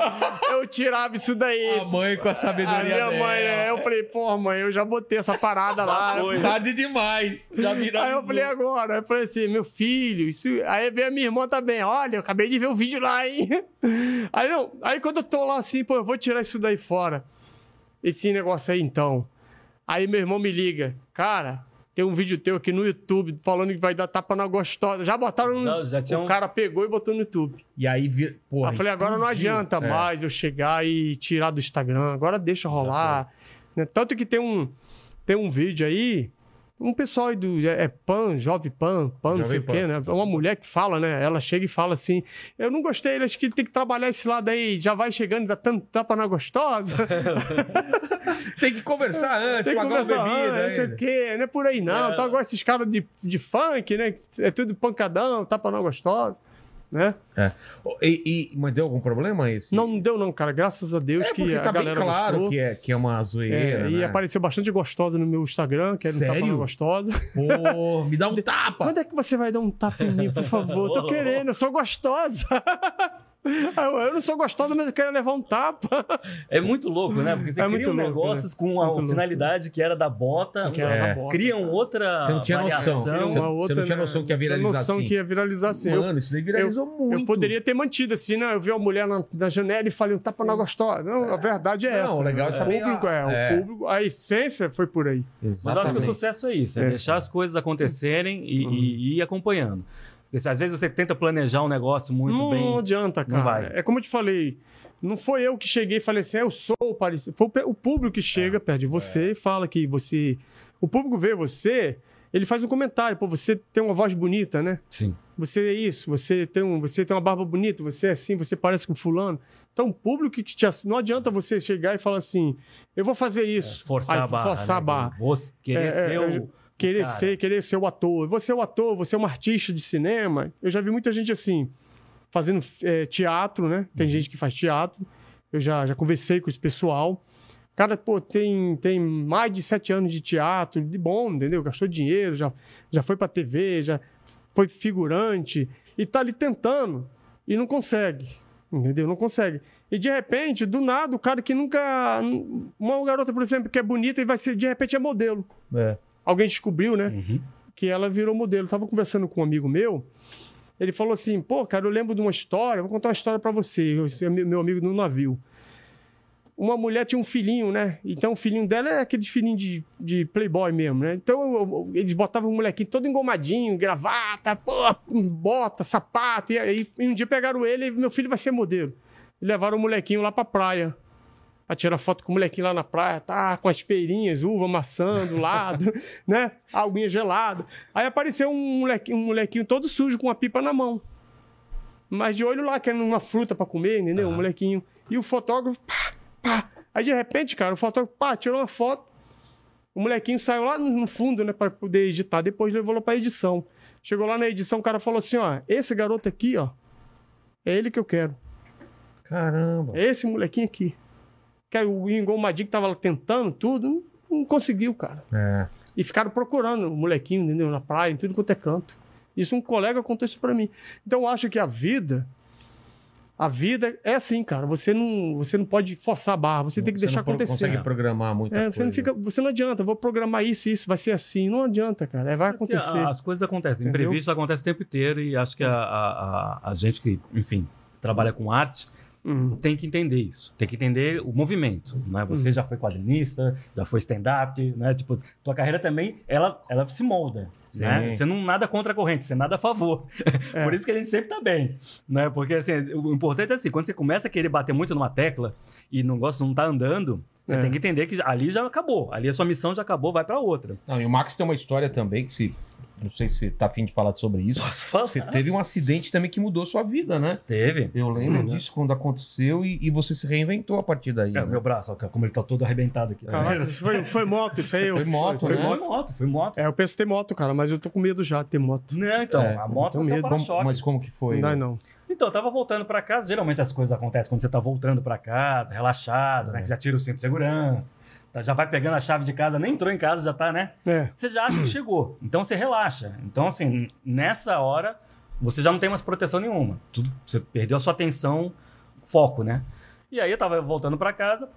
eu tirava isso daí. A mãe com a é A sabedoria minha mãe, dela. né? eu falei, pô, mãe, eu já botei essa parada lá. Foi. Tarde demais. Já Aí eu viralizou. falei agora, aí eu falei assim, meu filho, isso. Aí veio a minha irmã também, olha, eu acabei de ver o vídeo lá, hein? Aí não, aí quando eu tô lá assim, pô, eu vou tirar isso daí fora. Esse negócio aí então. Aí meu irmão me liga, cara, tem um vídeo teu aqui no YouTube falando que vai dar tapa na gostosa. Já botaram no. Não, já tinha O um- cara pegou e botou no YouTube. E aí, vi... porra. Aí eu falei, agora não explodiu. adianta É. mais eu chegar e tirar do Instagram, agora deixa rolar. né? Tanto que tem um, tem um vídeo aí, um pessoal aí do. É, é Pan, Jovem Pan, Pan, não Jovem sei o quê, Pan. né? É Uma mulher que fala, né? Ela chega e fala assim: Eu não gostei, acho que tem que trabalhar esse lado aí, já vai chegando, dá tanto tapa na gostosa. Tem que conversar antes, Tem que pagar uma conversar, bebida. né? ah, não sei ainda. o quê, não é por aí não. É. Então agora esses caras de, de funk, né? É tudo pancadão, tapa na gostosa, né? É. E, e- mas deu algum problema esse? Não, não deu não, cara. Graças a Deus é que porque a tá bem galera claro gostou. que é, que é uma É, zoeira. e né? apareceu bastante gostosa no meu Instagram, que era um tapa na Sério? gostosa. Pô, me dá um tapa! Quando é que você vai dar um tapa em mim, por favor? Tô Ô, querendo, eu sou gostosa. Aí Eu eu não sou gostosa, mas eu quero levar um tapa. É muito louco, né? Porque você É cria muito um louco, negócios com a Muito louco. finalidade que era da bota, Que era É. da bota. né? criam outra Você não tinha noção. variação. Você- você não tinha noção que ia viralizar Tinha noção assim. que ia viralizar assim. Eu- Mano, isso daí viralizou muito. Eu poderia ter mantido assim, né? Eu vi uma mulher na, na janela e falei, um tapa na gostosa. Não, a verdade é Não, essa. o legal é né? saber O público a- é, o é. público, a essência foi por aí. Mas eu acho que o Exatamente. sucesso é isso, é, É. Uhum. deixar as coisas acontecerem e, e- e ir acompanhando. Porque se às vezes você tenta planejar um negócio muito não, bem. não adianta, cara. Não vai. É como eu te falei, não foi eu que cheguei e falei assim, "Ah, eu sou o parecido. Foi o pe- o público que chega É, perto de você e fala que você. O público vê você, ele faz um comentário, pô, você tem uma voz bonita, né? Sim. Você é isso, você tem, um, você tem uma barba bonita, você é assim, você parece com fulano. Então, o público que te ass- Não adianta você chegar e falar assim, eu vou fazer isso. É, Forçar Aí, a barra. Forçar a né? barra. Vou querer É, ser é, o. eu- Querer cara. ser, querer ser o ator. Você é o ator, você é um artista de cinema. Eu já vi muita gente assim. fazendo é, teatro, né? Tem gente que faz teatro. Eu já, já conversei com esse pessoal. O cara, pô, tem, tem mais de sete anos de teatro, de bom, entendeu? Gastou dinheiro, já, já foi pra TV, já foi figurante e tá ali tentando e não consegue, entendeu? Não consegue. E de repente, do nada, o cara que nunca. Uma garota, por exemplo, que é bonita e vai ser, de repente, é modelo. É. Alguém descobriu, né? Uhum. que ela virou modelo. Eu tava conversando com um amigo meu, ele falou assim: pô, cara, eu lembro de uma história, eu vou contar uma história para você, eu- esse é meu meu amigo no navio. Uma mulher tinha um filhinho, né? Então o filhinho dela é aquele filhinho de, de playboy mesmo, né? Então eu- eu- eles botavam o molequinho todo engomadinho, gravata, pô, bota, sapato. E aí e um dia pegaram ele e meu filho vai ser modelo. E levaram o molequinho lá pra praia. Pra tirar foto com o molequinho lá na praia, tá? Com as peirinhas, uva, maçã do lado, né? Alguinha gelada. Aí apareceu um molequinho, um molequinho todo sujo com uma pipa na mão. Mas de olho lá, querendo uma fruta pra comer, entendeu? Um molequinho. E o fotógrafo, pá, pá. Aí de repente, cara, o fotógrafo, pá, tirou uma foto. O molequinho saiu lá no fundo, né, pra poder editar. Depois levou lá pra edição. Chegou lá na edição, o cara falou assim: ó, esse garoto aqui, ó, é ele que eu quero. Caramba. É esse molequinho aqui. Que aí o engomadinho que tava lá tentando tudo, não- não conseguiu, cara. É. E ficaram procurando o molequinho, entendeu? Na praia, em tudo quanto é canto. Isso um colega contou isso pra mim. Então eu acho que a vida. A vida é assim, cara. Você não, você não pode forçar a barra, você tem que É. deixar não pro- acontecer. consegue programar muito. É, você, não fica, você não adianta, vou programar isso, isso, vai ser assim. Não adianta, cara. É, Vai Porque acontecer. a- As coisas acontecem. Entendeu? Imprevistos acontecem o tempo inteiro e acho que a, a, a- a gente que, enfim, trabalha com arte Uhum. tem que entender isso. Tem que entender o movimento, né? Você já foi quadrinista, já foi stand-up, né? Tipo, tua carreira também, ela, ela se molda, Sim. né? Você não nada contra a corrente, você nada a favor. É. Por isso que a gente sempre tá bem, né? Porque, assim, o importante é assim, quando você começa a querer bater muito numa tecla e não gosta, não tá andando, você É. tem que entender que ali já acabou. Ali a sua missão já acabou, vai pra outra. Não, e o Max tem uma história também que se. Não sei se você tá afim de falar sobre isso. Posso falar? Você teve um acidente também que mudou sua vida, né? Teve. Eu lembro Uhum. disso quando aconteceu e, e você se reinventou a partir daí. É, né? meu braço, ó, como ele tá todo arrebentado aqui. tá Caraca, vendo? foi, foi moto, isso aí. Foi moto, Foi né? moto, foi moto. É, eu penso ter moto, cara, mas eu tô com medo já de ter moto. Não, então, É, a moto eu tenho você é um medo. Como- para-choque. mas como que foi? né? Não dá, não. Então, eu tava voltando pra casa. Geralmente as coisas acontecem quando você tá voltando pra casa, relaxado, né? Que já tira o cinto de segurança, tá, já vai pegando a chave de casa, nem entrou em casa, já tá, né? É. Você já acha que chegou. Então você relaxa. Então, assim, nessa hora, você já não tem mais proteção nenhuma. Tudo, você perdeu a sua atenção, foco, né? E aí eu tava voltando pra casa.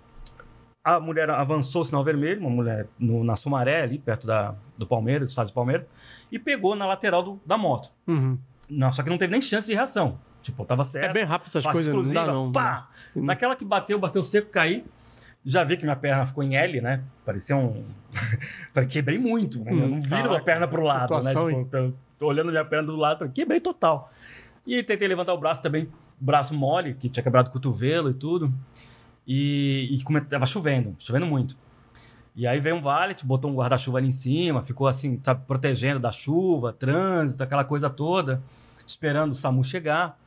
A mulher avançou o sinal vermelho, uma mulher no- na Sumaré, ali perto da, do Palmeiras, do estádio do Palmeiras, e pegou na lateral do- da moto. Uhum. Não, só que não teve nem chance de reação. Tipo, eu tava certo. É bem rápido essas passe coisas, não dá, não. pá! Hum. Naquela que bateu, bateu seco, caí. Já vi que minha perna ficou em L, né? Parecia um. falei, quebrei muito, né? Eu não Hum, viro a caraca, perna pro lado, situação, né? hein? Tipo, eu tô olhando minha perna do lado, falei, quebrei total. E aí tentei levantar o braço também, braço mole, que tinha quebrado o cotovelo e tudo. E, e come- tava chovendo, chovendo muito. E aí veio um valet, botou um guarda-chuva ali em cima, ficou assim, sabe, protegendo da chuva, trânsito, aquela coisa toda, esperando o SAMU chegar.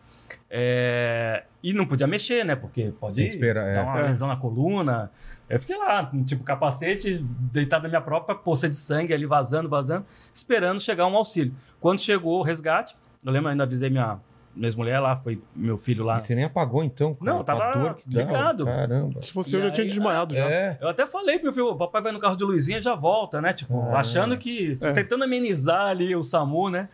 É, E não podia mexer, né? Porque pode Tem que esperar, é. dar uma É. lesão na coluna. Eu fiquei lá, tipo, capacete, deitado na minha própria poça de sangue ali, vazando, vazando, esperando chegar um auxílio. Quando chegou o resgate, eu lembro, eu ainda avisei minha, minha mulher lá, foi meu filho lá. E Você nem apagou então? cara, Não, eu tava a dor que dá, ligado. Caramba. Se fosse E eu, já aí- tinha desmaiado já. É. Eu até falei pro meu filho, "O papai vai no carro de Luizinha e já volta, né? Tipo, Caramba. achando que. Ah. É. Tentando amenizar ali o SAMU, né?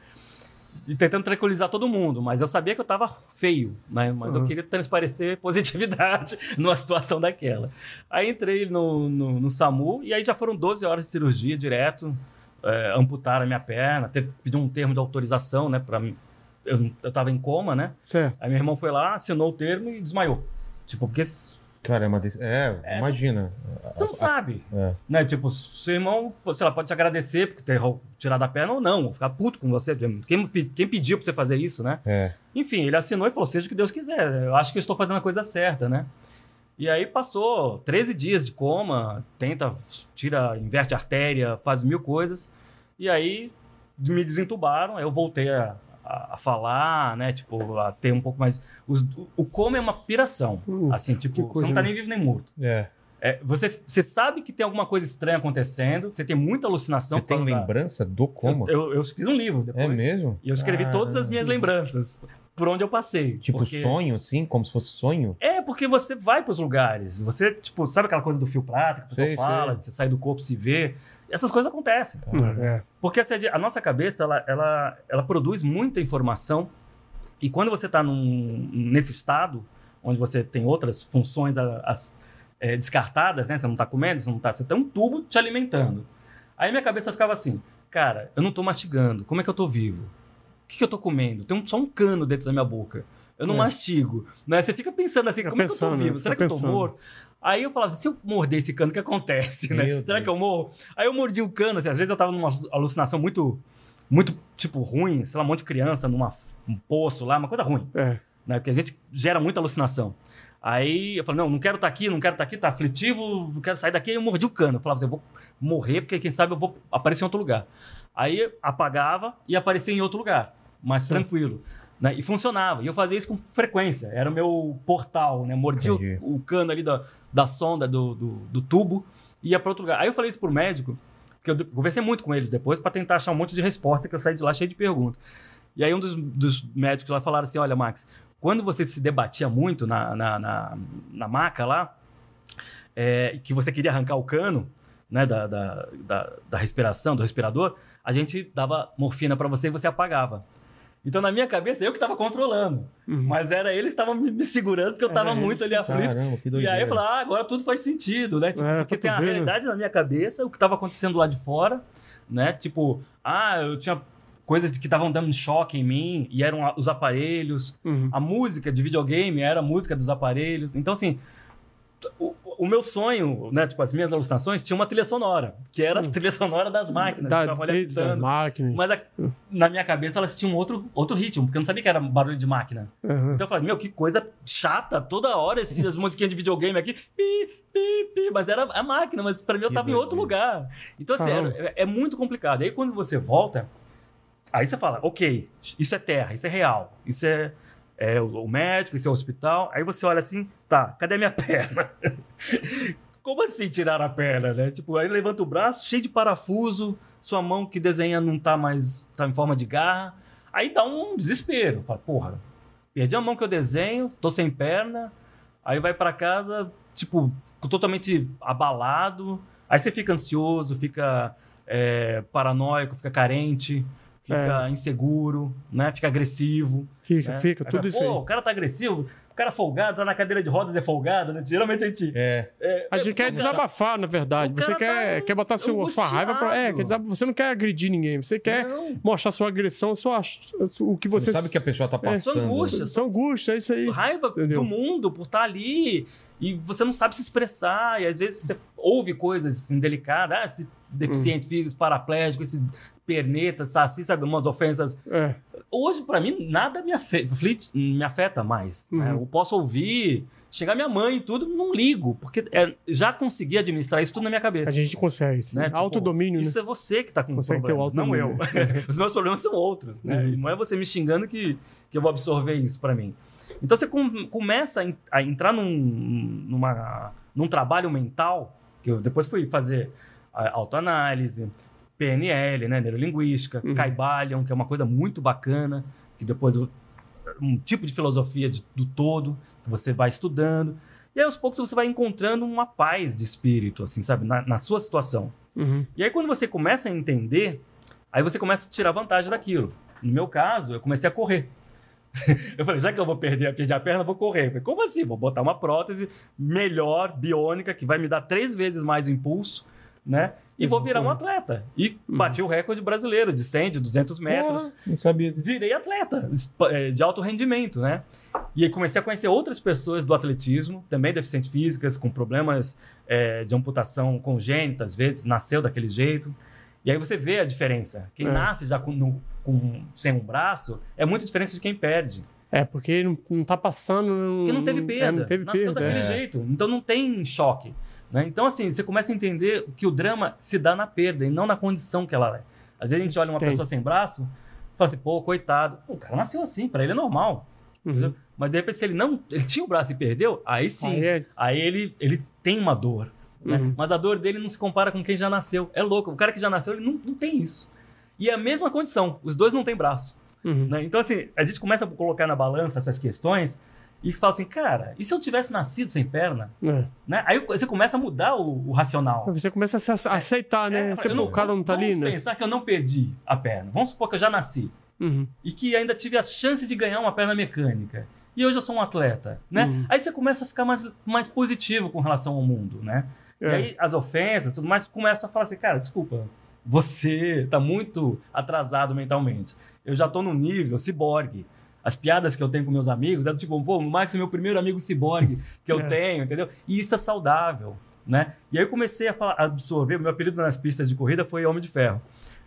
E tentando tranquilizar todo mundo. Mas eu sabia que eu tava feio, né? Mas eu Uhum. queria transparecer positividade numa situação daquela. Aí entrei no, no, no SAMU e aí já foram 12 horas de cirurgia direto. É, amputaram a minha perna, teve, pediu um termo de autorização, né? Pra, mim. eu, eu tava em coma, né? Certo. Aí meu irmão foi lá, assinou o termo e desmaiou. Tipo, porque você Cara, é uma des... É, Essa- imagina. não sabe É. né? Tipo, seu irmão, pô, sei lá, pode te agradecer porque ter rou- tirado a perna ou não, ou ficar puto com você. Quem, pe- quem pediu pra você fazer isso, né? É. Enfim, ele assinou e falou: seja o que Deus quiser, eu acho que eu estou fazendo a coisa certa, né? E aí passou 13 dias de coma, tenta, tira, inverte a artéria, faz mil coisas. E aí me desentubaram, aí eu voltei a, a- a falar, né? Tipo, a ter um pouco mais. os- o coma é uma piração. Hum, Assim, tipo, coisa, você não tá né? nem vivo nem morto. É. É, você, você sabe que tem alguma coisa estranha acontecendo, você tem muita alucinação. Você tem por causa da- lembrança do coma? Eu, eu, eu fiz um livro depois. é mesmo? E eu escrevi todas as minhas lembranças. por onde eu passei. Tipo porque- sonho, assim, como se fosse sonho. É, porque você vai pros lugares. Você, tipo, sabe aquela coisa do fio prata que a pessoa Sei, fala, sei. Ah, de você sai do corpo e se vê. Essas coisas acontecem. É. Porque assim, a nossa cabeça, ela, ela, ela produz muita informação. E quando você está nesse estado, onde você tem outras funções a- as- é, descartadas, né? Você não está comendo, você não tá... Você tem um tubo te alimentando. Aí minha cabeça ficava assim, cara, eu não tô mastigando. Como é que eu tô vivo? O que, que eu tô comendo? Tem um- só um cano dentro da minha boca. Eu não É. mastigo. Né? Você fica pensando assim, Fica como é que eu pensando, tô vivo? fica Será que eu pensando. tô morto? Aí eu falava assim, se eu morder esse cano, o que acontece, né? Meu Será Deus. que eu morro? Aí eu mordi o cano, assim, às vezes eu tava numa alucinação muito, muito, tipo, ruim, sei lá, um monte de criança numa, um poço lá, uma coisa ruim, É. né? Porque a gente gera muita alucinação. Aí eu falei, não, não quero estar aqui, não quero estar aqui, tá aflitivo, não quero sair daqui. Aí eu mordi o cano. Eu falava assim, eu vou morrer, porque quem sabe eu vou aparecer em outro lugar. Aí apagava e aparecia em outro lugar, mais tranquilo. né? E funcionava. E eu fazia isso com frequência. Era o meu portal, né? Mordia Entendi. o, o cano ali da, da sonda, do, do, do tubo, e ia para outro lugar. Aí eu falei isso pro médico, porque eu de- conversei muito com eles depois para tentar achar um monte de resposta, que eu saí de lá cheio de perguntas. E aí um dos, dos médicos lá falaram assim, olha, Max, quando você se debatia muito na, na, na, na maca lá, é, que você queria arrancar o cano né, da, da, da, da respiração, do respirador, a gente dava morfina para você e você apagava. Então, na minha cabeça, eu que estava controlando. Uhum. Mas era eles que estavam me, me segurando, porque eu estava É, muito ali Tá aflito. Caramba, que E doideira. aí eu falei, ah, agora tudo faz sentido, né? Tipo, É, porque tá tem a vendo? realidade na minha cabeça, o que estava acontecendo lá de fora, né? Tipo, ah, eu tinha coisas que estavam dando choque em mim, e eram a- os aparelhos, Uhum. a música de videogame era a música dos aparelhos. Então, assim, o, o meu sonho, né? Tipo, as minhas alucinações tinha uma trilha sonora, que era a Sim. trilha sonora das máquinas. que Da, ficava ali desde as apitando. máquinas. Mas a- na minha cabeça elas tinham outro, outro ritmo, porque eu não sabia que era barulho de máquina. Uhum. Então eu falei, meu, que coisa chata, toda hora essas musiquinhas de videogame aqui, pi, pi, pi, mas era a máquina, mas pra mim eu Que tava em outro lugar. Então, assim, Caramba. era- é, é muito complicado. Aí quando você volta, aí você fala, ok, isso é terra, isso é real, isso é, é o o médico, isso é o hospital. Aí você olha assim, tá, cadê minha perna? Como assim tirar a perna, né? Tipo, aí levanta o braço, cheio de parafuso, sua mão que desenha não tá mais, tá em forma de garra. Aí dá um desespero. Fala, porra, perdi a mão que eu desenho, tô sem perna. Aí vai pra casa, tipo, totalmente abalado. Aí você fica ansioso, fica é, paranoico, fica carente, fica inseguro, né? Fica agressivo. É. Fica, Né? fica, Aí tudo fala, isso Pô, aí. o cara tá agressivo, o cara folgado, tá na cadeira de rodas é folgado, né? Geralmente a gente. É, é, A gente é, quer o cara- desabafar, na verdade. o Você cara quer, tá quer botar seu, sua raiva pra. É, angustiado. Né? quer desab... você não quer agredir ninguém. Você quer Não, mostrar sua agressão, sua... o que você você. sabe que é a pessoa tá passando. sua angústia. São angústia, é isso aí. raiva Entendeu? do mundo por estar ali e você não sabe se expressar e às vezes você ouve coisas indelicadas, ah, esse deficiente Hum. físico, paraplégico, esse perneta, saci, sabe, umas ofensas. É. Hoje, pra mim, nada me, afe- aflite- me afeta mais. né? Uhum. Eu posso ouvir, chegar minha mãe e tudo, não ligo, porque é, já consegui administrar isso tudo na minha cabeça. A gente consegue. Sim. né? Tipo, Autodomínio, né? Isso é você que tá com Consegue ter o problemas, não eu. autodomínio. Os meus problemas são outros, né? Uhum. E Não é você me xingando que, que eu vou absorver isso pra mim. Então você com- começa a, en- a entrar num, numa, num trabalho mental, que eu depois fui fazer a autoanálise, PNL, né? Neurolinguística, Uhum. Kaibalion, que é uma coisa muito bacana, que depois eu- um tipo de filosofia de- do todo, que você vai estudando. E aí, aos poucos, você vai encontrando uma paz de espírito, assim, sabe? Na- na sua situação. Uhum. E aí, quando você começa a entender, aí você começa a tirar vantagem daquilo. No meu caso, eu comecei a correr. Eu falei, já que eu vou perder, perder a perna, eu vou correr. Eu falei, como assim? Vou botar uma prótese melhor, biônica, que vai me dar três vezes mais o impulso, né? E Eu vou vou virar um correr. atleta. E bati o recorde brasileiro de 100, de 200 metros Porra, não sabia. virei atleta espa- eh, de alto rendimento, né? E aí comecei a conhecer outras pessoas do atletismo, também deficientes físicas, com problemas eh, de amputação congênita, às vezes, nasceu daquele jeito. E aí você vê a diferença. Quem É. nasce já com, no- com- sem um braço é muito diferente de quem perde. É, porque não, não tá passando. Porque não teve perda. É, não teve nasceu perda. daquele é. é. jeito. Então não tem choque. né? Então, assim, você começa a entender que o drama se dá na perda e não na condição que ela é. Às vezes a gente olha uma Tem. pessoa sem braço e fala assim, pô, coitado. Pô, O cara nasceu assim, pra ele é normal. Uhum. Mas de repente, se ele não. Ele tinha o braço e perdeu, aí sim. Aí Aí, é- ele, ele tem uma dor. né? Uhum. Mas a dor dele não se compara com quem já nasceu. É louco. O cara que já nasceu, ele não, não tem isso. E é a mesma condição. Os dois não têm braço. Uhum. né? Então, assim, a gente começa a colocar na balança essas questões e fala assim, cara, e se eu tivesse nascido sem perna? É. Né? Aí você começa a mudar o, o racional. Você começa a se ace- aceitar, né? É, Você, eu pô, o cara não tá vamos ali, né? pensar que eu não perdi a perna. Vamos supor que eu já nasci Uhum. e que ainda tive a chance de ganhar uma perna mecânica. E hoje eu sou um atleta, né? Uhum. Aí você começa a ficar mais, mais positivo com relação ao mundo, né? E É. aí as ofensas, tudo mais, começa a falar assim, cara, desculpa, você tá muito atrasado mentalmente. Eu já tô num nível ciborgue. As piadas que eu tenho com meus amigos é do tipo, pô, o Max é meu primeiro amigo ciborgue que eu É. tenho, entendeu? E isso é saudável, né? E aí eu comecei a, falar, a absorver, o meu apelido nas pistas de corrida foi Homem de Ferro.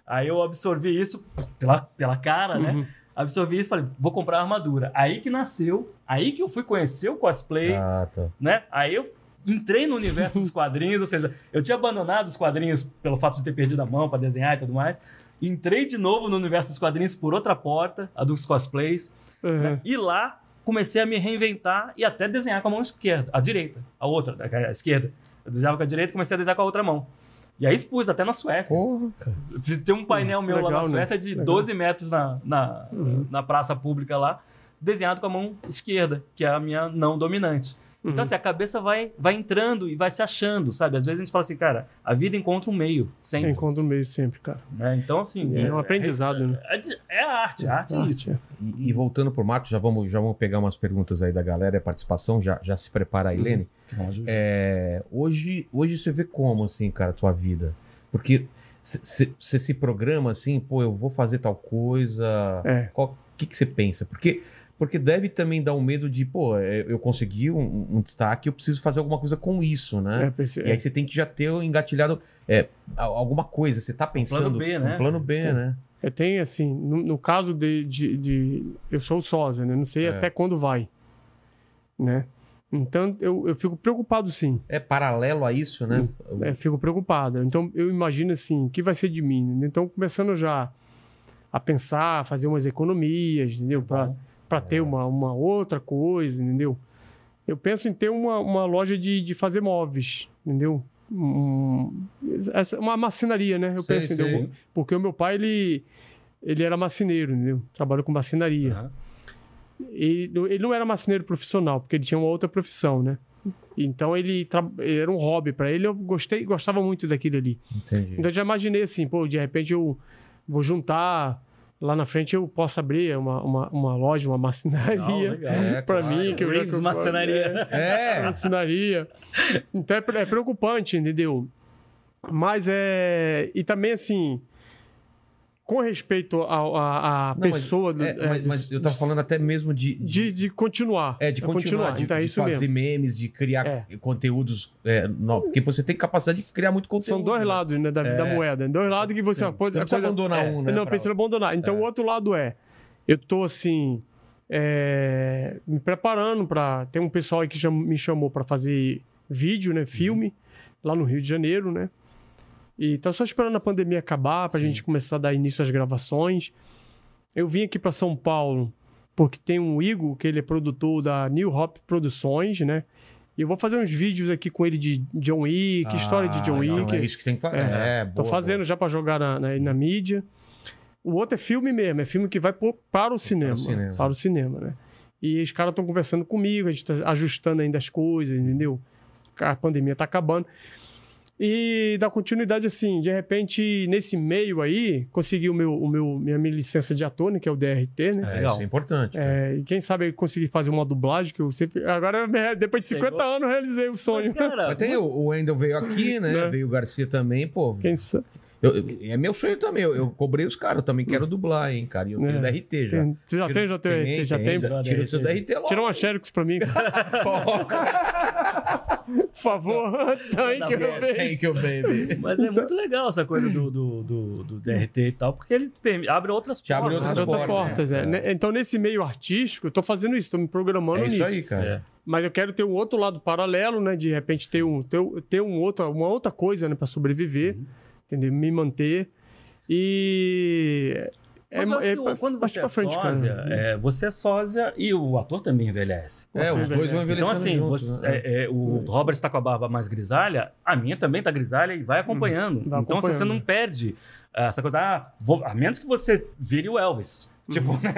Aí eu absorvi isso pela, pela cara, né? Uhum. Absorvi isso e falei, vou comprar armadura. Aí que nasceu, aí que eu fui conhecer o cosplay, Ah, tá. né? Aí eu entrei no universo dos quadrinhos, ou seja, eu tinha abandonado os quadrinhos pelo fato de ter perdido a mão para desenhar e tudo mais. Entrei de novo no universo dos quadrinhos por outra porta, a dos cosplays, né? Uhum. e lá comecei a me reinventar e até desenhar com a mão esquerda, a direita, a outra, né, é a a esquerda. Eu desenhava com a direita e comecei a desenhar com a outra mão. E aí expus até na Suécia. Porra, cara. Fiz- Tem um painel meu lá legal, na né? Suécia de Legal. 12 metros na, na, Uhum. na praça pública lá, desenhado com a mão esquerda, que é a minha não dominante. Uhum. Então, assim, a cabeça vai, vai entrando e vai se achando, sabe? Às vezes a gente fala assim, cara, a vida encontra um meio, sempre. É, Encontro o meio sempre, cara. né? Então, assim. É um aprendizado, né? Ah, É, é a arte, a arte é isso. Arte. E, e voltando pro Marcos, já vamos, já vamos pegar umas perguntas aí da galera, a participação, já, já se prepara aí, Lene. É, hoje, hoje você vê como, assim, cara, a tua vida? Porque você se programa assim, pô, eu vou fazer tal coisa. É. O que que você pensa? Porque, porque deve também dar um medo de, pô, é, eu consegui um, um destaque, eu preciso fazer alguma coisa com isso, né? É, pense- E aí você tem que já ter engatilhado é, a- alguma coisa. Você tá pensando. B, né? Um plano B, Tem. né? É, tem assim, no, no caso de, de, de- Eu sou o sósia, né? Não sei É. até quando vai. Né? Então eu, eu fico preocupado sim. É paralelo a isso, né? É, fico preocupado. Então eu imagino assim, o que vai ser de mim? né? Então começando já a pensar, a fazer umas economias, entendeu? Para para ter uma, uma outra coisa, entendeu? Eu penso em ter uma, uma loja de, de fazer móveis, entendeu? Um- essa- uma marcenaria, né? Eu Sei, penso, entendeu? sei. Porque o meu pai, ele, ele era marceneiro, entendeu? Trabalhou com marcenaria. Aham. Ele, não- ele não era marceneiro profissional, porque ele tinha uma outra profissão, né? Então ele tra- era um hobby para ele, eu gostei, gostava muito daquilo ali. Entendi. Então eu já imaginei assim, pô, de repente eu vou juntar, lá na frente eu posso abrir uma, uma, uma loja, uma Legal, marcenaria legal. É, para claro. mim. Que eu Riggs já Marcenaria. É. assinaria. Então é, pre- é preocupante, entendeu? Mas é. E também assim. Com respeito ao- à à Não, mas- pessoa. do- é, mas, é, mas eu tava de- falando até mesmo de. De, de continuar. É, de É continuar, de, Então é de isso fazer mesmo. memes, de criar conteúdos. é, no- porque você tem capacidade de criar muito conteúdo. São dois né? lados né, da, da moeda. Dois lados que você. Sim. uma coisa, Você não precisa coisa- abandonar é, um, né, Não, pra precisa abandonar. Então É. o outro lado é. Eu tô assim. é, me preparando para. Tem um pessoal aí que cham- me chamou para fazer vídeo, né? Uhum. Filme, lá no Rio de Janeiro, né? E tá só esperando a pandemia acabar pra Sim. gente começar a dar início às gravações. Eu vim aqui para São Paulo porque tem um Igor, que ele é produtor da New Hop Produções, né? E eu vou fazer uns vídeos aqui com ele de John Wick, Ah, história de John então Wick. é isso que tem que fazer. É, É, Tô boa, fazendo já pra jogar na, na, na mídia. O outro é filme mesmo, é filme que vai pro- para o cinema. Para cinema. o cinema, né? E os caras estão conversando comigo, a gente tá ajustando ainda as coisas, entendeu? A pandemia tá acabando. E dá continuidade assim, de repente, nesse meio aí, consegui o meu, o meu, minha, minha licença de ator, né, que é o DRT, boa. né? É, Legal. isso é importante. cara. É, e quem sabe eu consegui fazer uma dublagem, que eu sempre. Agora, né, depois de 50 Pegou. anos, eu realizei o Mas, sonho. cara, Até o, o Wendel veio aqui, né? Né? Veio o Garcia também, pô. Quem sabe? eu- eu- é meu sonho também. Eu, eu cobrei os caras, eu também quero dublar, hein, cara. E eu tenho Hum. É, DRT já. Tem- Você já tem, já tem, já tem. Tira o seu DRT Tira logo. uma Xerox pra mim, por favor. tá Thank you, baby. Thank you, baby. Mas é muito legal essa coisa do, do, do, do DRT e tal, porque ele permi- abre outras Te abre portas. outras Abre outras portas, é. né? Né? Então, nesse meio artístico, eu tô fazendo isso, tô me programando É isso nisso. aí, cara. Mas eu quero ter um outro lado paralelo, né? De repente ter, um, ter, um- ter um outro, uma outra coisa, né? Pra sobreviver, Uhum. entendeu? Me manter. E... Mas eu acho que o- quando mais você é pra frente, cara. sósia, é, você é sósia e o ator também envelhece. É, os dois vão envelhecendo Então, assim, juntos, você- né? é, é, o Isso. Robert está com a barba mais tá grisalha, a minha também tá grisalha e vai acompanhando. Uhum. Vai então, assim, você acompanhando. não perde Essa coisa, ah, vou- a menos que você vire o Elvis. Uhum. Tipo, né?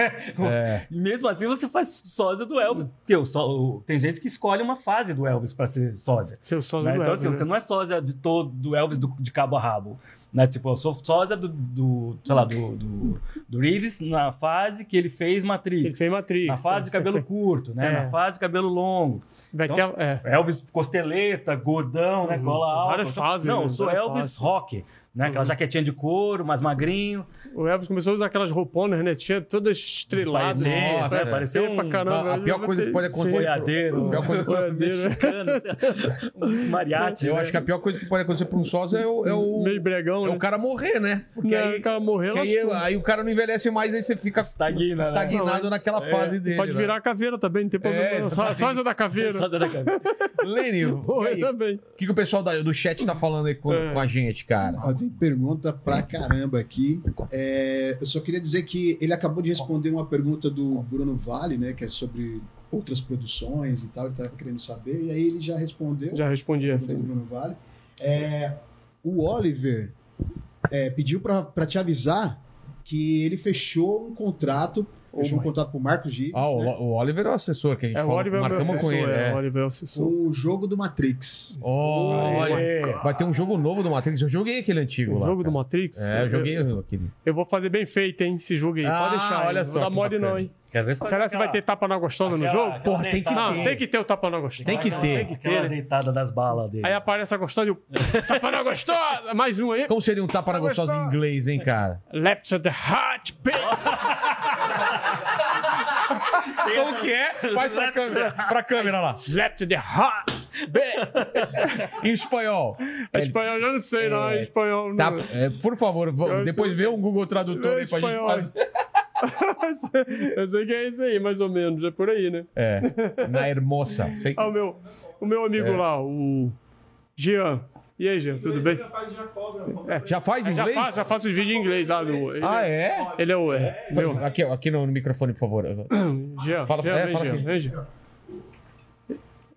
É, E Mesmo assim, você faz sósia do Elvis. Porque o só, o- tem gente que escolhe uma fase do Elvis pra ser sósia. Seu só né? não Então, assim, você não é sósia de todo do Elvis do- de cabo a rabo. Né? Tipo, eu sou sósia do, do sei lá, do, do, do Reeves na fase que ele fez Matrix. Ele fez Matrix. na fase de cabelo curto, né? É. Na fase de cabelo longo. Vai Então, ter- é. Elvis costeleta, gordão, né? Uhum. Gola alta. Várias fases, Não, né? eu sou Várias Elvis fases. rock. Né? Aquela Uhum. jaquetinha de couro, mais magrinho. O Elvis começou a usar aquelas rouponas, né? Tinha todas estreladas. painel, Nossa, né? pareceu Pareceu pra um- caramba. a pior coisa que pode acontecer. Boiadeiro. A pior coisa que pode Boiadeiro. Mexicano, sei lá, um mariachi. Eu né? acho que a pior coisa que pode acontecer pra um sósia é o, é o, Meio bregão, é né? o cara morrer, né? Porque Não, aí, o cara morreu, que é aí, lascou. aí o cara não envelhece mais, aí você fica Estagna, né? estagnado Não, é. naquela fase dele. Pode né? virar caveira também, não tem problema. É, não. Só, só essa da Só caveira. da cabeça. Lênin, e Morrer aí? também. o que, que o pessoal da- do chat tá falando aí com, É. com a gente, cara? Ó, tem pergunta pra caramba aqui. É, eu só queria dizer que ele acabou de responder uma pergunta do Bruno Vale, né? Que é sobre outras produções e tal. Ele estava querendo saber. E aí ele já respondeu. Já respondi pergunta essa. do aí. Bruno Vale. É, o Oliver é, pediu pra pra te avisar que ele fechou um contrato. Fechou um contrato com o Marcos Gibbs, Ah, o, né, Lo- o Oliver é o assessor que a gente É, o falou, Oliver é o meu marcamos assessor. com ele. é, é. O Oliver é o assessor. com o jogo do Matrix. Olha, Aê. vai ter um jogo novo do Matrix. Eu joguei aquele antigo O lá. jogo do cara. Matrix? É, eu joguei aquele. Eu vou fazer bem feito, hein? Esse jogo aí. Ah, Pode deixar. olha hein? só Não dá que mole, bacana. não, hein? Quer ver se faz Será que vai aquela- né? ter tapa na gostosa no aquela- jogo? aquela Porra, tem que deitada. Não, tem que ter o tapa na gostosa. Tem que Aquela- ter. Tem que ter. né? a deitada das balas dele. Aí aparece a gostosa e o. tapa na gostosa! Mais um aí. Como seria um tapa na gostosa em inglês, hein, cara? Left to the hot bitch! Como que é? Faz pra câmera. Pra câmera lá. Left to the hot bitch! Em espanhol. É espanhol, eu não sei, não. É espanhol. não. Tá, é, por favor, v- Eu depois sei. vê um Google Tradutor aí pra gente Espanhol. fazer. eu sei que é isso aí, mais ou menos. É por aí, né? É, na hermosa. Sei que... Ah, o meu, o meu amigo lá, o Jean. E aí, Jean, tudo bem? Já faz Já inglês? faço, já faço os vídeos em inglês lá do. Ele, Ah, é? ele é o. É, meu. Aqui, ó, aqui no, no microfone, por favor. Jean, Fala- Jean, é, vem, fala Jean, aqui. vem, Jean.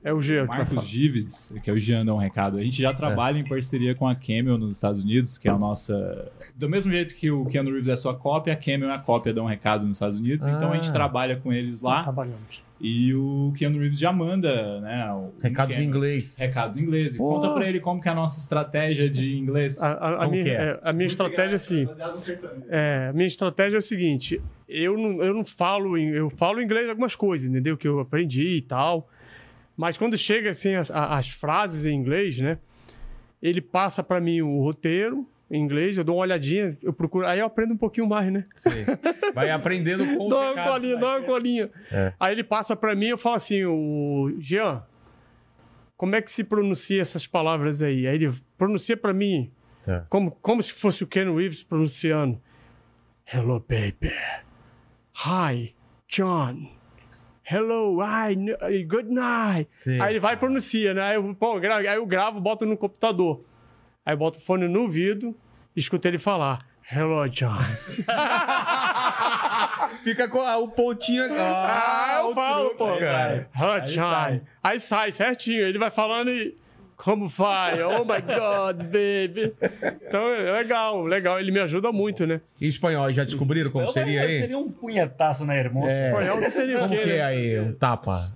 É o Jean. que vai Marcos Gives, que é o Jean, dá um recado. A gente É. já trabalha em parceria com a Camel nos Estados Unidos, que é a nossa. Do mesmo jeito que o Keanu Reeves é sua cópia, a Camel é a cópia da um recado nos Estados Unidos. Então a gente Ah. trabalha com eles lá. Tá Então tá Trabalhamos. E o Keanu Reeves já manda, né? o- Recados um em Camel- inglês. Recados em inglês. E Conta pra ele como que é a nossa estratégia de inglês. A, a- a Como minha, que é? é, a minha estratégia, assim. Baseado no sertanejo. É, minha estratégia é o seguinte: eu não, eu não falo, em- eu falo inglês algumas coisas, entendeu? Que eu aprendi e tal. Mas quando chega assim as, a- as frases em inglês, né? Ele passa pra mim o roteiro em inglês, eu dou uma olhadinha, eu procuro, aí eu aprendo um pouquinho mais, né? Sei. Vai aprendendo com os Dá é uma recados, colinha, né? dá uma colinha. É. Aí ele passa pra mim, eu falo assim, o Jean, como é que se pronuncia essas palavras aí? Aí ele pronuncia pra mim, Tá. como, como se fosse o Ken Reeves pronunciando. Hello, baby. Hi, John. Hello, I, kn- I- good night. Sei. Aí ele vai e pronuncia, né? Aí eu, pô, gra- aí eu gravo, boto no computador. Aí eu boto o fone no ouvido, escuto ele falar. Hello, John. Fica com a- o pontinho. Ah, Ah, eu o falo, truque, pô. cara. Hot Aí time. sai. Aí sai certinho. Ele vai falando e. Como vai? Oh my God, baby. Então é legal, legal. Ele me ajuda muito, né? E espanhol, já descobriram como Eu seria daria- aí? Seria um punhetaço na hermosa. É. Espanhol não seria o Como quê, que é né? aí? Um tapa?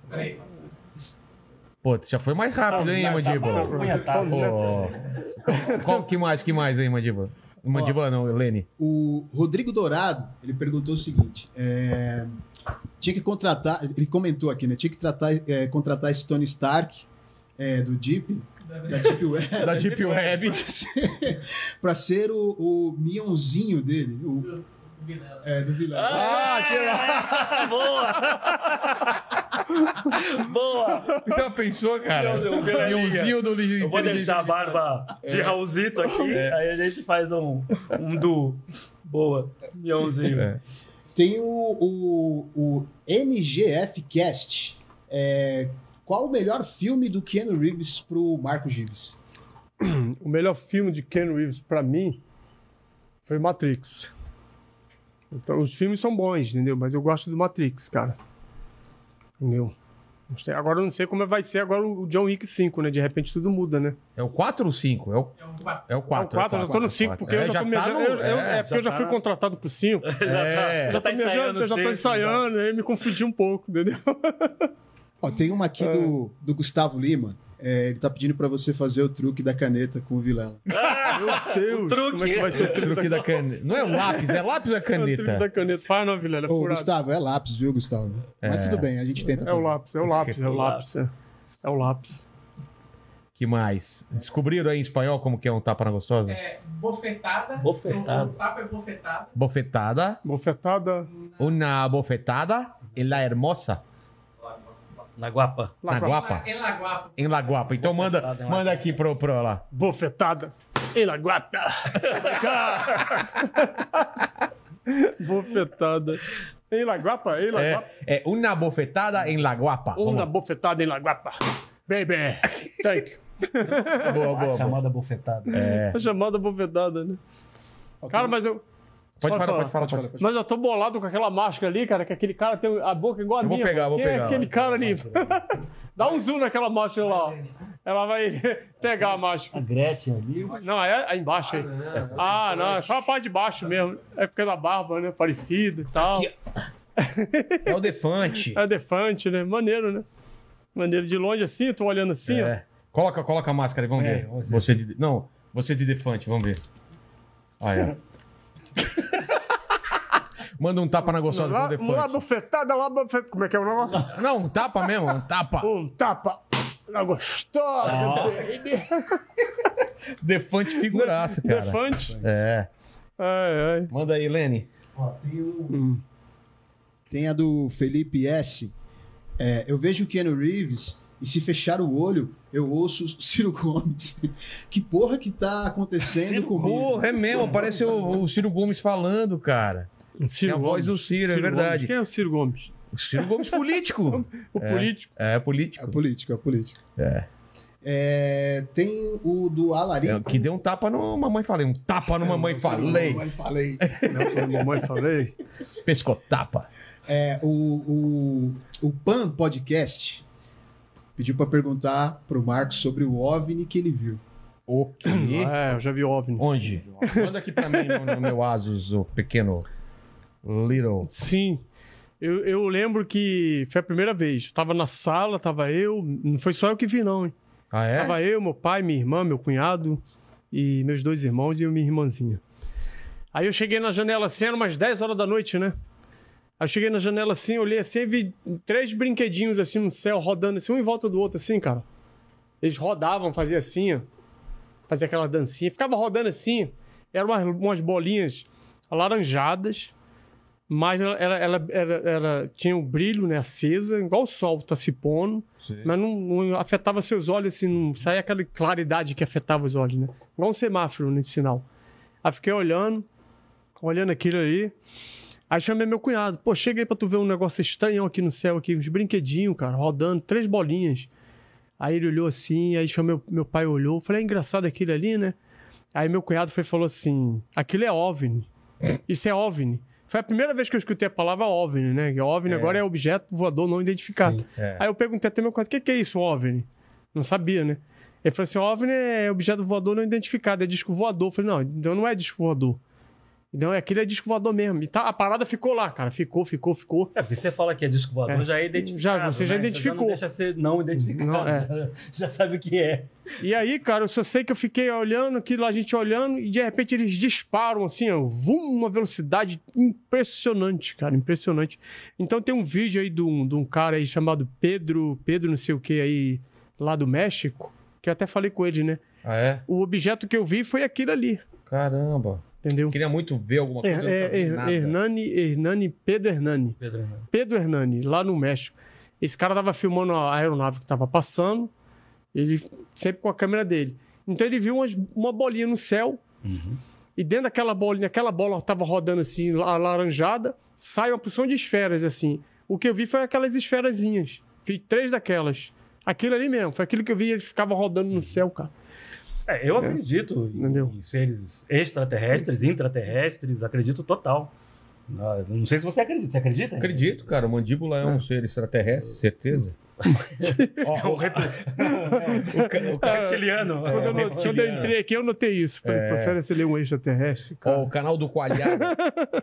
Pô, já foi mais rápido, hein, Tá Mandiba? bom, punhetaço. Pô. Qual que mais, que mais aí, Mandiba? Mandiba não, Lene. O Rodrigo Dourado, ele perguntou o seguinte: é, tinha que contratar, ele comentou aqui, né? Tinha que tratar, é, contratar esse Tony Stark é, do Deep, da Deep Web, Da Deep Web. para ser o, o mionzinho dele, o, é, do vilão. Ah, que... Boa! Boa! já pensou, cara? Meu Deus, o Velaninha. Leãozinho do Li- Eu vou deixar a inteligente. barba de Raulzito aqui, aí a gente faz um, um duo. Boa, Miãozinho. É. Tem o, o, o NGF Cast. É, qual o melhor filme do Keanu Reeves pro Marco Gives? O melhor filme de Ken Reeves pra mim foi Matrix. Então, os filmes são bons, entendeu? Mas eu gosto do Matrix, cara. Entendeu? Mas tem- Agora eu não sei como vai ser agora o John Wick 5, né? De repente tudo muda, né? É o 4 ou 5? É o um 4. É o 4. quatro, eu já tô no 5, porque eu já tô tá mediando. no- eu- eu- É, porque eu já tá fui na- contratado pro 5. É. Já tá eu já tô ensaiando mediando, eu os já tô textos, ensaiando, aí me confundi um pouco, entendeu? Ó, tem uma aqui do, do Gustavo Lima. É, ele tá pedindo pra você fazer o truque da caneta com o Vilela. né? Meu Deus, truque. como é que vai ser o truque, Truque da caneta. Não é o lápis, é lápis ou é O truque da caneta? caneta. Faz não, Vilela, é Ô, furado. Gustavo, é lápis, viu, Gustavo? Mas tudo bem, a gente tenta É o fazer. lápis, é o lápis, é o lápis. É, É o lápis. Que mais? Descobriram aí em espanhol como que é um tapa na gostosa? É, bofetada. Bofetada. O tapa é bofetada. Bofetada. Bofetada. Una bofetada en la hermosa. Na guapa. Na Lagoa- guapa. É laguapo. Em Laguapa. Então manda, Bofetada em manda Laguapa. aqui pro, pro lá. Bofetada. Em Laguapa. Bofetada. Em Laguapa, em Laguapa. É, é una bofetada em Laguapa. Vamos Uma lá. bofetada em Laguapa. Baby. Thank you. Boa, boa, boa. chamada bofetada. É. A chamada bofetada, né? Ó, tem- Cara, mas eu... Pode Só falar, pode falar, pode Pode falar, falar. pode falar. Mas eu tô bolado com aquela máscara ali, cara, que aquele cara tem a boca igual a Eu vou minha. pegar, vou Quem é pegar. aquele cara ali? Dá um zoom naquela máscara lá, ó. Ela vai pegar a máscara. A Gretchen ali. Não, é aí embaixo aí. Ah, não, é só a parte de baixo mesmo. É porque é da barba, né? Parecido e tal. É o Defante. É defante, né? Maneiro, né? Maneiro de longe assim, tô olhando assim, ó. É. Coloca, coloca a máscara aí, vamos É, ver. vamos ver. Você de, não, você de Defante, vamos ver. Olha. Manda um tapa na gostosa Lá, do lá Defante. bofetada, lá bofetada. Como é que é o negócio? Não, um tapa mesmo, um tapa. Um tapa Tá na gostosa. baby. Defante figuraça, cara. Defante. É, É. Ai, ai. Manda aí, Lene. é. Tem a do Felipe S. É, eu vejo o Keanu Reeves e se fechar o olho, eu ouço o Ciro Gomes. que porra que tá acontecendo comigo? Porra, é mesmo. Parece o, o Ciro Gomes falando, cara. O Ciro É a voz do Ciro, é verdade. Gomes. Quem é o Ciro Gomes? O Ciro Gomes político. O político. É É político. político, é político. É. É, tem o do Alarico. É, que deu um tapa no Mamãe Falei. Um tapa no Mamãe Falei. Mas falei. Não, mamãe falei. Pescotapa. É, o, o, o Pan Podcast pediu pra perguntar pro Marcos sobre o OVNI que ele viu. O quê? É, eu já vi OVNIs. Onde? Manda aqui pra mim no, no meu Asus, o pequeno Little. Sim. Eu, eu lembro que foi a primeira vez. Eu tava na sala, tava eu. Não foi só eu que vi, não, hein? Ah, é? Tava eu, meu pai, minha irmã, meu cunhado e meus dois irmãos e minha irmãzinha. Aí eu cheguei na janela assim, era umas 10 horas da noite, né? Aí eu cheguei na janela assim, olhei assim e vi três brinquedinhos assim no céu, rodando assim, um em volta do outro, assim, cara. Eles rodavam, faziam assim, ó. Fazia aquela dancinha. Ficava rodando assim. Eram umas, umas bolinhas alaranjadas, mas ela, ela- ela- ela- ela tinha um brilho, né? Acesa, igual o sol tá se pondo. Sim. Mas não, não afetava seus olhos, assim, não saía aquela claridade que afetava os olhos, né? Igual um semáforo nesse sinal. Aí fiquei olhando, olhando aquilo ali. Aí chamei meu cunhado. Pô, chega aí pra tu ver um negócio estranhão aqui no céu, aqui, uns brinquedinhos, cara, rodando, três bolinhas. Aí ele olhou assim, aí chamei, o- meu pai olhou. Falei, é engraçado aquilo ali, né? Aí meu cunhado foi e falou assim: aquilo é OVNI. Isso é OVNI. Foi a primeira vez que eu escutei a palavra OVNI, né? Que OVNI agora é objeto voador não identificado. É. Aí eu perguntei até meu quarto, o que, que é isso, OVNI? Não sabia, né? Ele falou assim, OVNI é objeto voador não identificado, é disco voador. Eu falei, não, então não é disco voador. Então é aquele é disco voador mesmo. E tá, a parada ficou lá, cara. Ficou, ficou, ficou. É, porque você fala que é disco voador, É. já é identificado. Já, você já né? Então identificou. não deixa ser não identificado. Não, é. já, já sabe o que é. E aí, cara, eu só sei que eu fiquei olhando, aquilo, a gente olhando, e de repente eles disparam, assim, ó, vum, uma velocidade impressionante, cara, impressionante. Então tem um vídeo aí de um, de um cara aí chamado Pedro, Pedro não sei o que aí, lá do México, que eu até falei com ele, né? Ah, é? O objeto que eu vi foi aquilo ali, Caramba. entendeu? Eu queria muito ver alguma coisa. É, eu nunca é, vi Her- nada. Hernani, Hernani, Pedro Hernani. Pedro, Pedro né? Hernani, lá no México. Esse cara tava filmando a aeronave que tava passando, ele sempre com a câmera dele. Então ele viu umas- uma bolinha no céu, e dentro daquela bolinha, aquela bola tava rodando assim, la- alaranjada, sai uma porção de esferas assim. O que eu vi foi aquelas esferazinhas. Fiz três daquelas. Aquilo ali mesmo, foi aquilo que eu vi, ele ficava rodando no céu, cara. É, eu acredito em, Entendeu? em seres extraterrestres, intraterrestres, acredito total. Não, não sei se você acredita. Você acredita? Acredito, cara. O mandíbula é um ser extraterrestre, certeza. É um rep... O ca- o é um ca- reptiliano. Quando, eu, É, no- quando eu reptiliano. entrei aqui, eu notei isso. Falei, É. pô, sério, você leu um extraterrestre, cara? Ó, o canal do Coalhada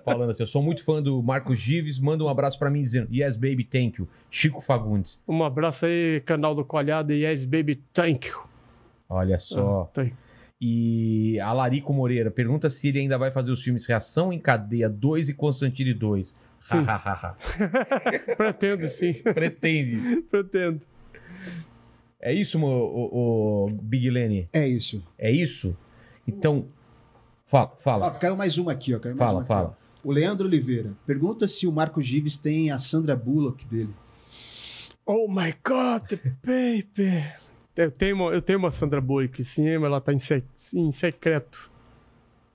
falando assim: eu sou muito fã do Marcos Gives, manda um abraço pra mim dizendo: Yes, baby, thank you. Chico Fagundes. Um abraço aí, canal do Coalhada. Yes, baby, thank you. Olha só. Ah, thank you. E a Larico Moreira pergunta se ele ainda vai fazer os filmes Reação em Cadeia 2 e Constantine 2. Sim. Hahaha. Pretendo, sim. Pretende. Pretendo. É isso, mo- o, o Big Lenny? É isso. É isso? Então, fala, Ó, fala, caiu mais uma aqui, ó. Caiu Ah, mais uma fala, fala. aqui, ó. O Leandro Oliveira pergunta se o Marco Gives tem a Sandra Bullock dele. Oh my God, the baby. Eu tenho, uma- eu tenho uma Sandra Bullock, sim, mas ela tá em, se- em secreto.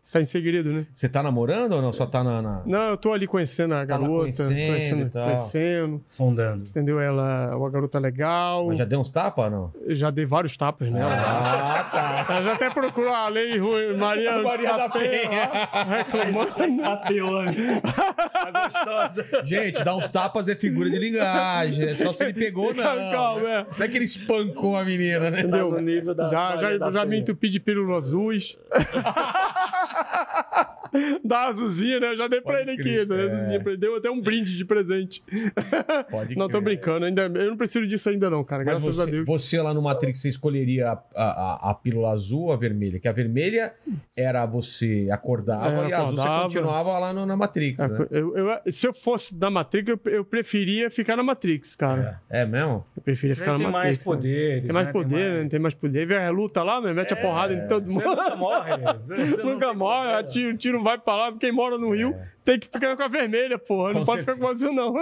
Está em segredo, né? Você tá namorando ou não? Só tá na. na- Não, eu tô ali conhecendo a Tá lá garota. conhecendo e conhecendo, tal. conhecendo, Sondando. entendeu? Ela é uma garota legal. Mas já deu uns tapas ou não? Eu Já dei vários tapas nela. Ah, tá. Ela já até procurou a Lei Rui Maria, Maria da Penha. lá, reclamando. Ateona. Tá gostosa. Gente, dar uns tapas é figura de linguagem. É só se ele pegou, não. Calma, calma, é. Não é que ele espancou a menina, né? Entendeu? Tá no nível da já Maria já, da já me Penha. entupi de pílula azuis. da azulzinha, né? Eu já dei pra Pode ele aqui. crer, né? é. Azulzinha, pra ele. deu até um brinde de presente. Pode não, tô crer. brincando. Ainda, eu não preciso disso ainda não, cara. Mas Graças você, a Deus. você lá no Matrix, você escolheria a, a, a- a pílula azul ou a vermelha? Que a vermelha era você acordava É, e a azul você acordava. É, continuava lá no- na Matrix, né? Eu- eu- se eu fosse da Matrix, eu, eu preferia ficar na Matrix, cara. É mesmo? Eu preferia ficar na Tem Matrix. mais né? poderes. Tem mais né? poder, né? Tem mais poder. Vê a luta lá, né? Mete a porrada em todo É, Você mundo. nunca morre. né? Você, você não Nunca tem né? morre, é problema. o tiro, tiro vai pra lá. Quem mora no Rio tem que ficar com a vermelha, porra. É. Com não pode ficar com a azul, não.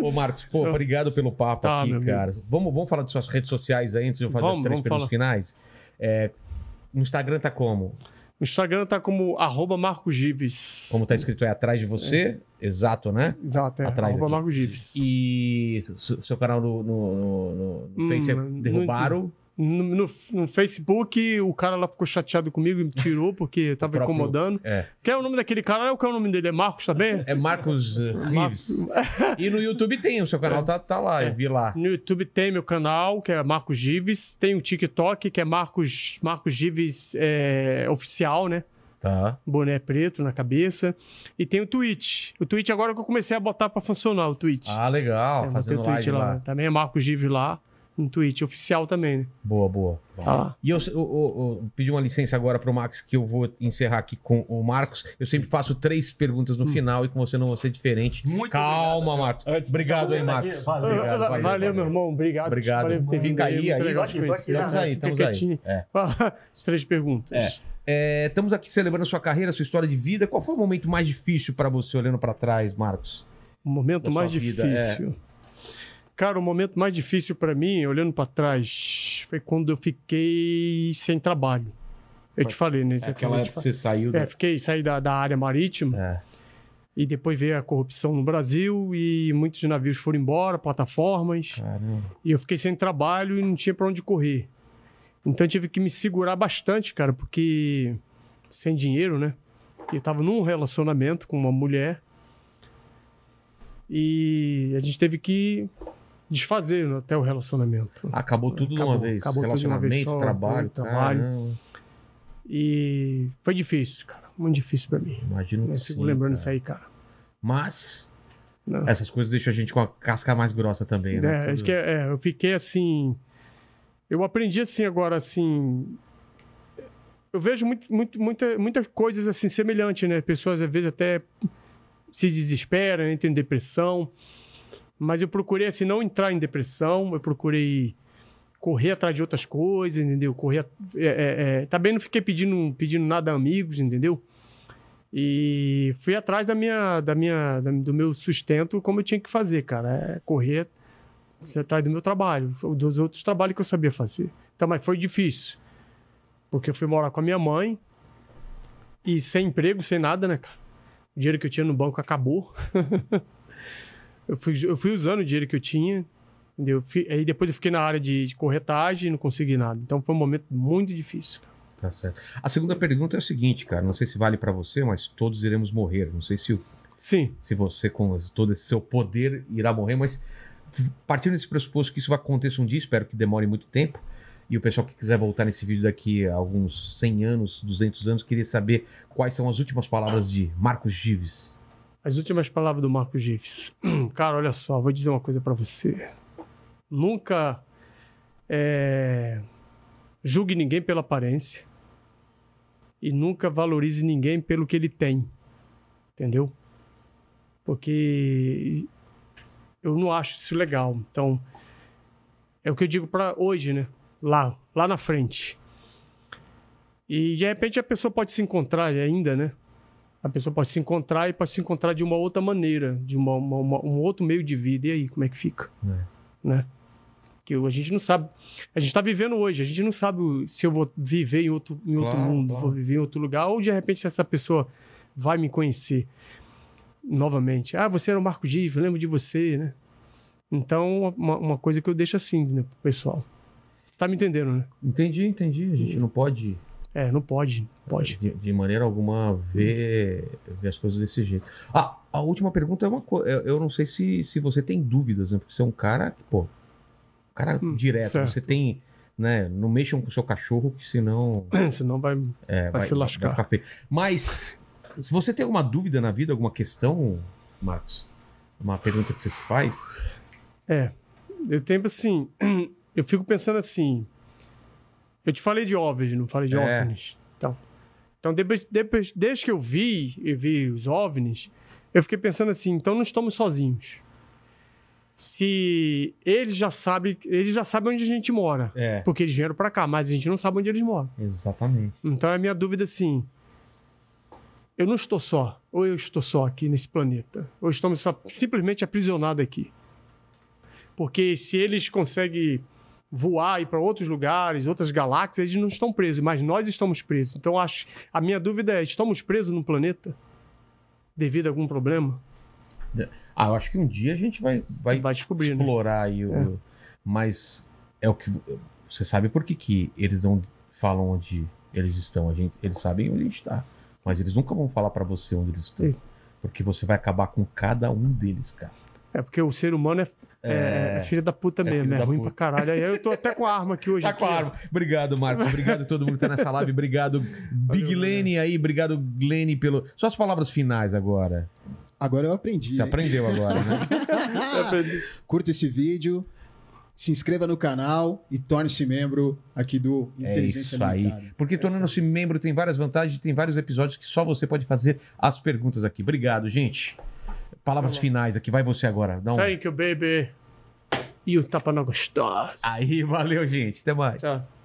Ô, Marcos, pô, obrigado pelo papo Tá, aqui, meu amigo. cara. Vamos, vamos falar de suas redes sociais aí antes de eu fazer Vamos, as três vamos perguntas falar. finais. É, no Instagram tá como? O Instagram tá como arroba Marco Gives. Como tá escrito aí atrás de você, exato, né? Exato, é. Atrás arroba aqui. Marco Gives. E seu seu canal no, no, no- no- no Hum, Face é não derrubaram. No, no- no Facebook, o cara lá ficou chateado comigo e me tirou porque tava próprio- incomodando. É. Quem é o nome daquele cara? Qual é o nome dele? É Marcos também? É Marcos eh, Reeves. E no YouTube tem, o seu canal tá, tá lá, É. eu vi lá. No YouTube tem meu canal, que é Marcos Gives. Tem o TikTok, que é Marcos, Marcos Gives é, Oficial, né? Tá. Boné preto na cabeça. E tem o Twitch. O Twitch agora que eu comecei a botar pra funcionar, o Twitch. Ah, legal, É, fazendo tem o Twitch live lá. né? Também é Marcos Gives lá, no Twitch. Oficial também, né? Boa, boa. Tá lá. E eu, eu- eu- eu pedi uma licença agora pro Max, que eu vou encerrar aqui com o Marcos. Eu sempre faço três perguntas Hum. no final e com você não vai ser diferente. Muito Calma, obrigado, Marcos. cara. Antes de Obrigado aí, fazer isso aqui, Marcos. valeu. Obrigado, Ah, valeu, valeu. meu irmão. Obrigado. Obrigado. Valeu por ter vindo Fica aí, aí. Muito aí, legal aqui, te tô aqui, conhecer. né? Estamos aí, Fica estamos aí. quietinho. É. Fala as três perguntas. É. É, estamos aqui celebrando sua carreira, sua história de vida. Qual foi o momento mais difícil pra você olhando pra trás, Marcos? O Da momento sua mais vida, é. difícil. Cara, o momento mais difícil pra mim, olhando pra trás, foi quando eu fiquei sem trabalho. Eu te falei, né? Já É, Aquela falei, época que você saiu É, da... fiquei saí da, da área marítima né? É. e depois veio a corrupção no Brasil e muitos navios foram embora, plataformas. Caramba. E eu fiquei sem trabalho e não tinha pra onde correr. Então eu tive que me segurar bastante, cara, porque sem dinheiro, né? Eu tava num relacionamento com uma mulher e a gente teve que desfazer né, até o relacionamento. Acabou tudo de uma Acabou, vez. acabou tudo de uma Relacionamento, vez só, trabalho, trabalho. caramba. E foi difícil, cara. Muito difícil pra mim. Imagino Eu que fico sim, lembrando cara. isso aí, cara. Mas Não. essas coisas deixam a gente com a casca mais grossa também, né? É, Tudo- acho que é, é, eu fiquei assim. Eu aprendi assim agora, assim. Eu vejo muito, muito, muita, muitas coisas assim semelhantes, né? Pessoas às vezes até se desesperam, entram em depressão. Mas eu procurei assim não entrar em depressão, eu procurei correr atrás de outras coisas, entendeu? Correr. at- é, é, é, Também não fiquei pedindo, pedindo nada a amigos, entendeu? E fui atrás da minha, da minha, da- do meu sustento como eu tinha que fazer, cara. É correr você atrás do meu trabalho, ou dos outros trabalhos que eu sabia fazer. Então, mas foi difícil. Porque eu fui morar com a minha mãe e sem emprego, sem nada, né, cara? O dinheiro que eu tinha no banco acabou. eu, fui, eu fui usando o dinheiro que eu tinha, entendeu? Eu fui- aí depois eu fiquei na área de, de corretagem e não consegui nada. Então foi um momento muito difícil. cara. Tá certo. A segunda pergunta é o seguinte, cara. Não sei se vale pra você, mas todos iremos morrer. Não sei se o Sim. se você, com todo esse seu poder, irá morrer, mas f- partindo desse pressuposto que isso vai acontecer um dia, espero que demore muito tempo, e o pessoal que quiser voltar nesse vídeo daqui a alguns 100 anos, 200 anos, queria saber quais são as últimas palavras de Marcos Gives. As últimas palavras do Marco Gives. Cara, olha só, vou dizer uma coisa pra você. Nunca é, julgue ninguém pela aparência e nunca valorize ninguém pelo que ele tem. Entendeu? Porque eu não acho isso legal. Então, é o que eu digo pra hoje, né? Lá, lá na frente. E de repente a pessoa pode se encontrar ainda, né? A pessoa pode se encontrar e pode se encontrar de uma outra maneira, de uma, uma- uma- um outro meio de vida. E aí, como é que fica? Né? Que eu- a gente não sabe. A gente está vivendo hoje, a gente não sabe o- se eu vou viver em outro, em outro Claro, mundo, claro. vou viver em outro lugar, ou de repente se essa pessoa vai me conhecer novamente. Ah, você era o Marco Gives, eu lembro de você, né? Então, uma, uma coisa que eu deixo assim, né, pro pessoal. Você tá me entendendo, né? Entendi, entendi. A gente não pode, É, não pode, não pode. de, de maneira alguma, ver, ver as coisas desse jeito. Ah, a última pergunta é uma coisa. Eu, eu não sei se, se você tem dúvidas, né? Porque você é um cara que, pô, um cara Hum, direto. certo. Você tem. Né? Não mexam com o seu cachorro, que senão. Senão vai. É, Vai se lascar. ficar feio. Mas, se você tem alguma dúvida na vida, alguma questão, Marcos, uma pergunta que você se faz, Eu tenho assim. Eu fico pensando assim. Eu te falei de OVNIs, não falei de É. OVNIs. Então, então depois, depois, desde que eu vi e vi os OVNIs, eu fiquei pensando assim, então não estamos sozinhos. Se eles já sabem, eles já sabem onde a gente mora, é. porque eles vieram pra cá, mas a gente não sabe onde eles moram. Exatamente. Então a minha dúvida é assim: eu não estou só, ou eu estou só aqui nesse planeta, ou estamos só- simplesmente aprisionados aqui. Porque se eles conseguem voar e ir para outros lugares, outras galáxias, eles não estão presos, mas nós estamos presos. Então acho, a minha dúvida é: estamos presos num planeta devido a algum problema? Ah, eu acho que um dia a gente vai, vai, Vai descobrir, né? explorar aí o. Mas é o que. Você sabe por que, que eles não falam onde eles estão. A gente, eles sabem onde a gente está. Mas eles nunca vão falar pra você onde eles estão. Porque você vai acabar com cada um deles, cara. É porque o ser humano é, é- é filho da puta mesmo, filho é da ruim puta. pra caralho. Aí eu tô até com a arma aqui hoje. Tá aqui, com a ó. arma. Obrigado, Marcos. Obrigado a todo mundo que tá nessa live. Obrigado, Big Valeu, Lenny aí. Obrigado, Lenny, pelo. Só as palavras finais agora. Agora eu aprendi. Você hein? aprendeu agora, né? Curta esse vídeo, se inscreva no canal e torne-se membro aqui do É Inteligência isso aí. Limitada. Porque tornando-se membro tem várias vantagens, tem vários episódios que só você pode fazer as perguntas aqui. Obrigado, gente. Palavras finais aqui. Vai você agora. Dá um... Thank you, baby. E o tapa na gostosa. Aí, valeu, gente. Até mais. Tchau.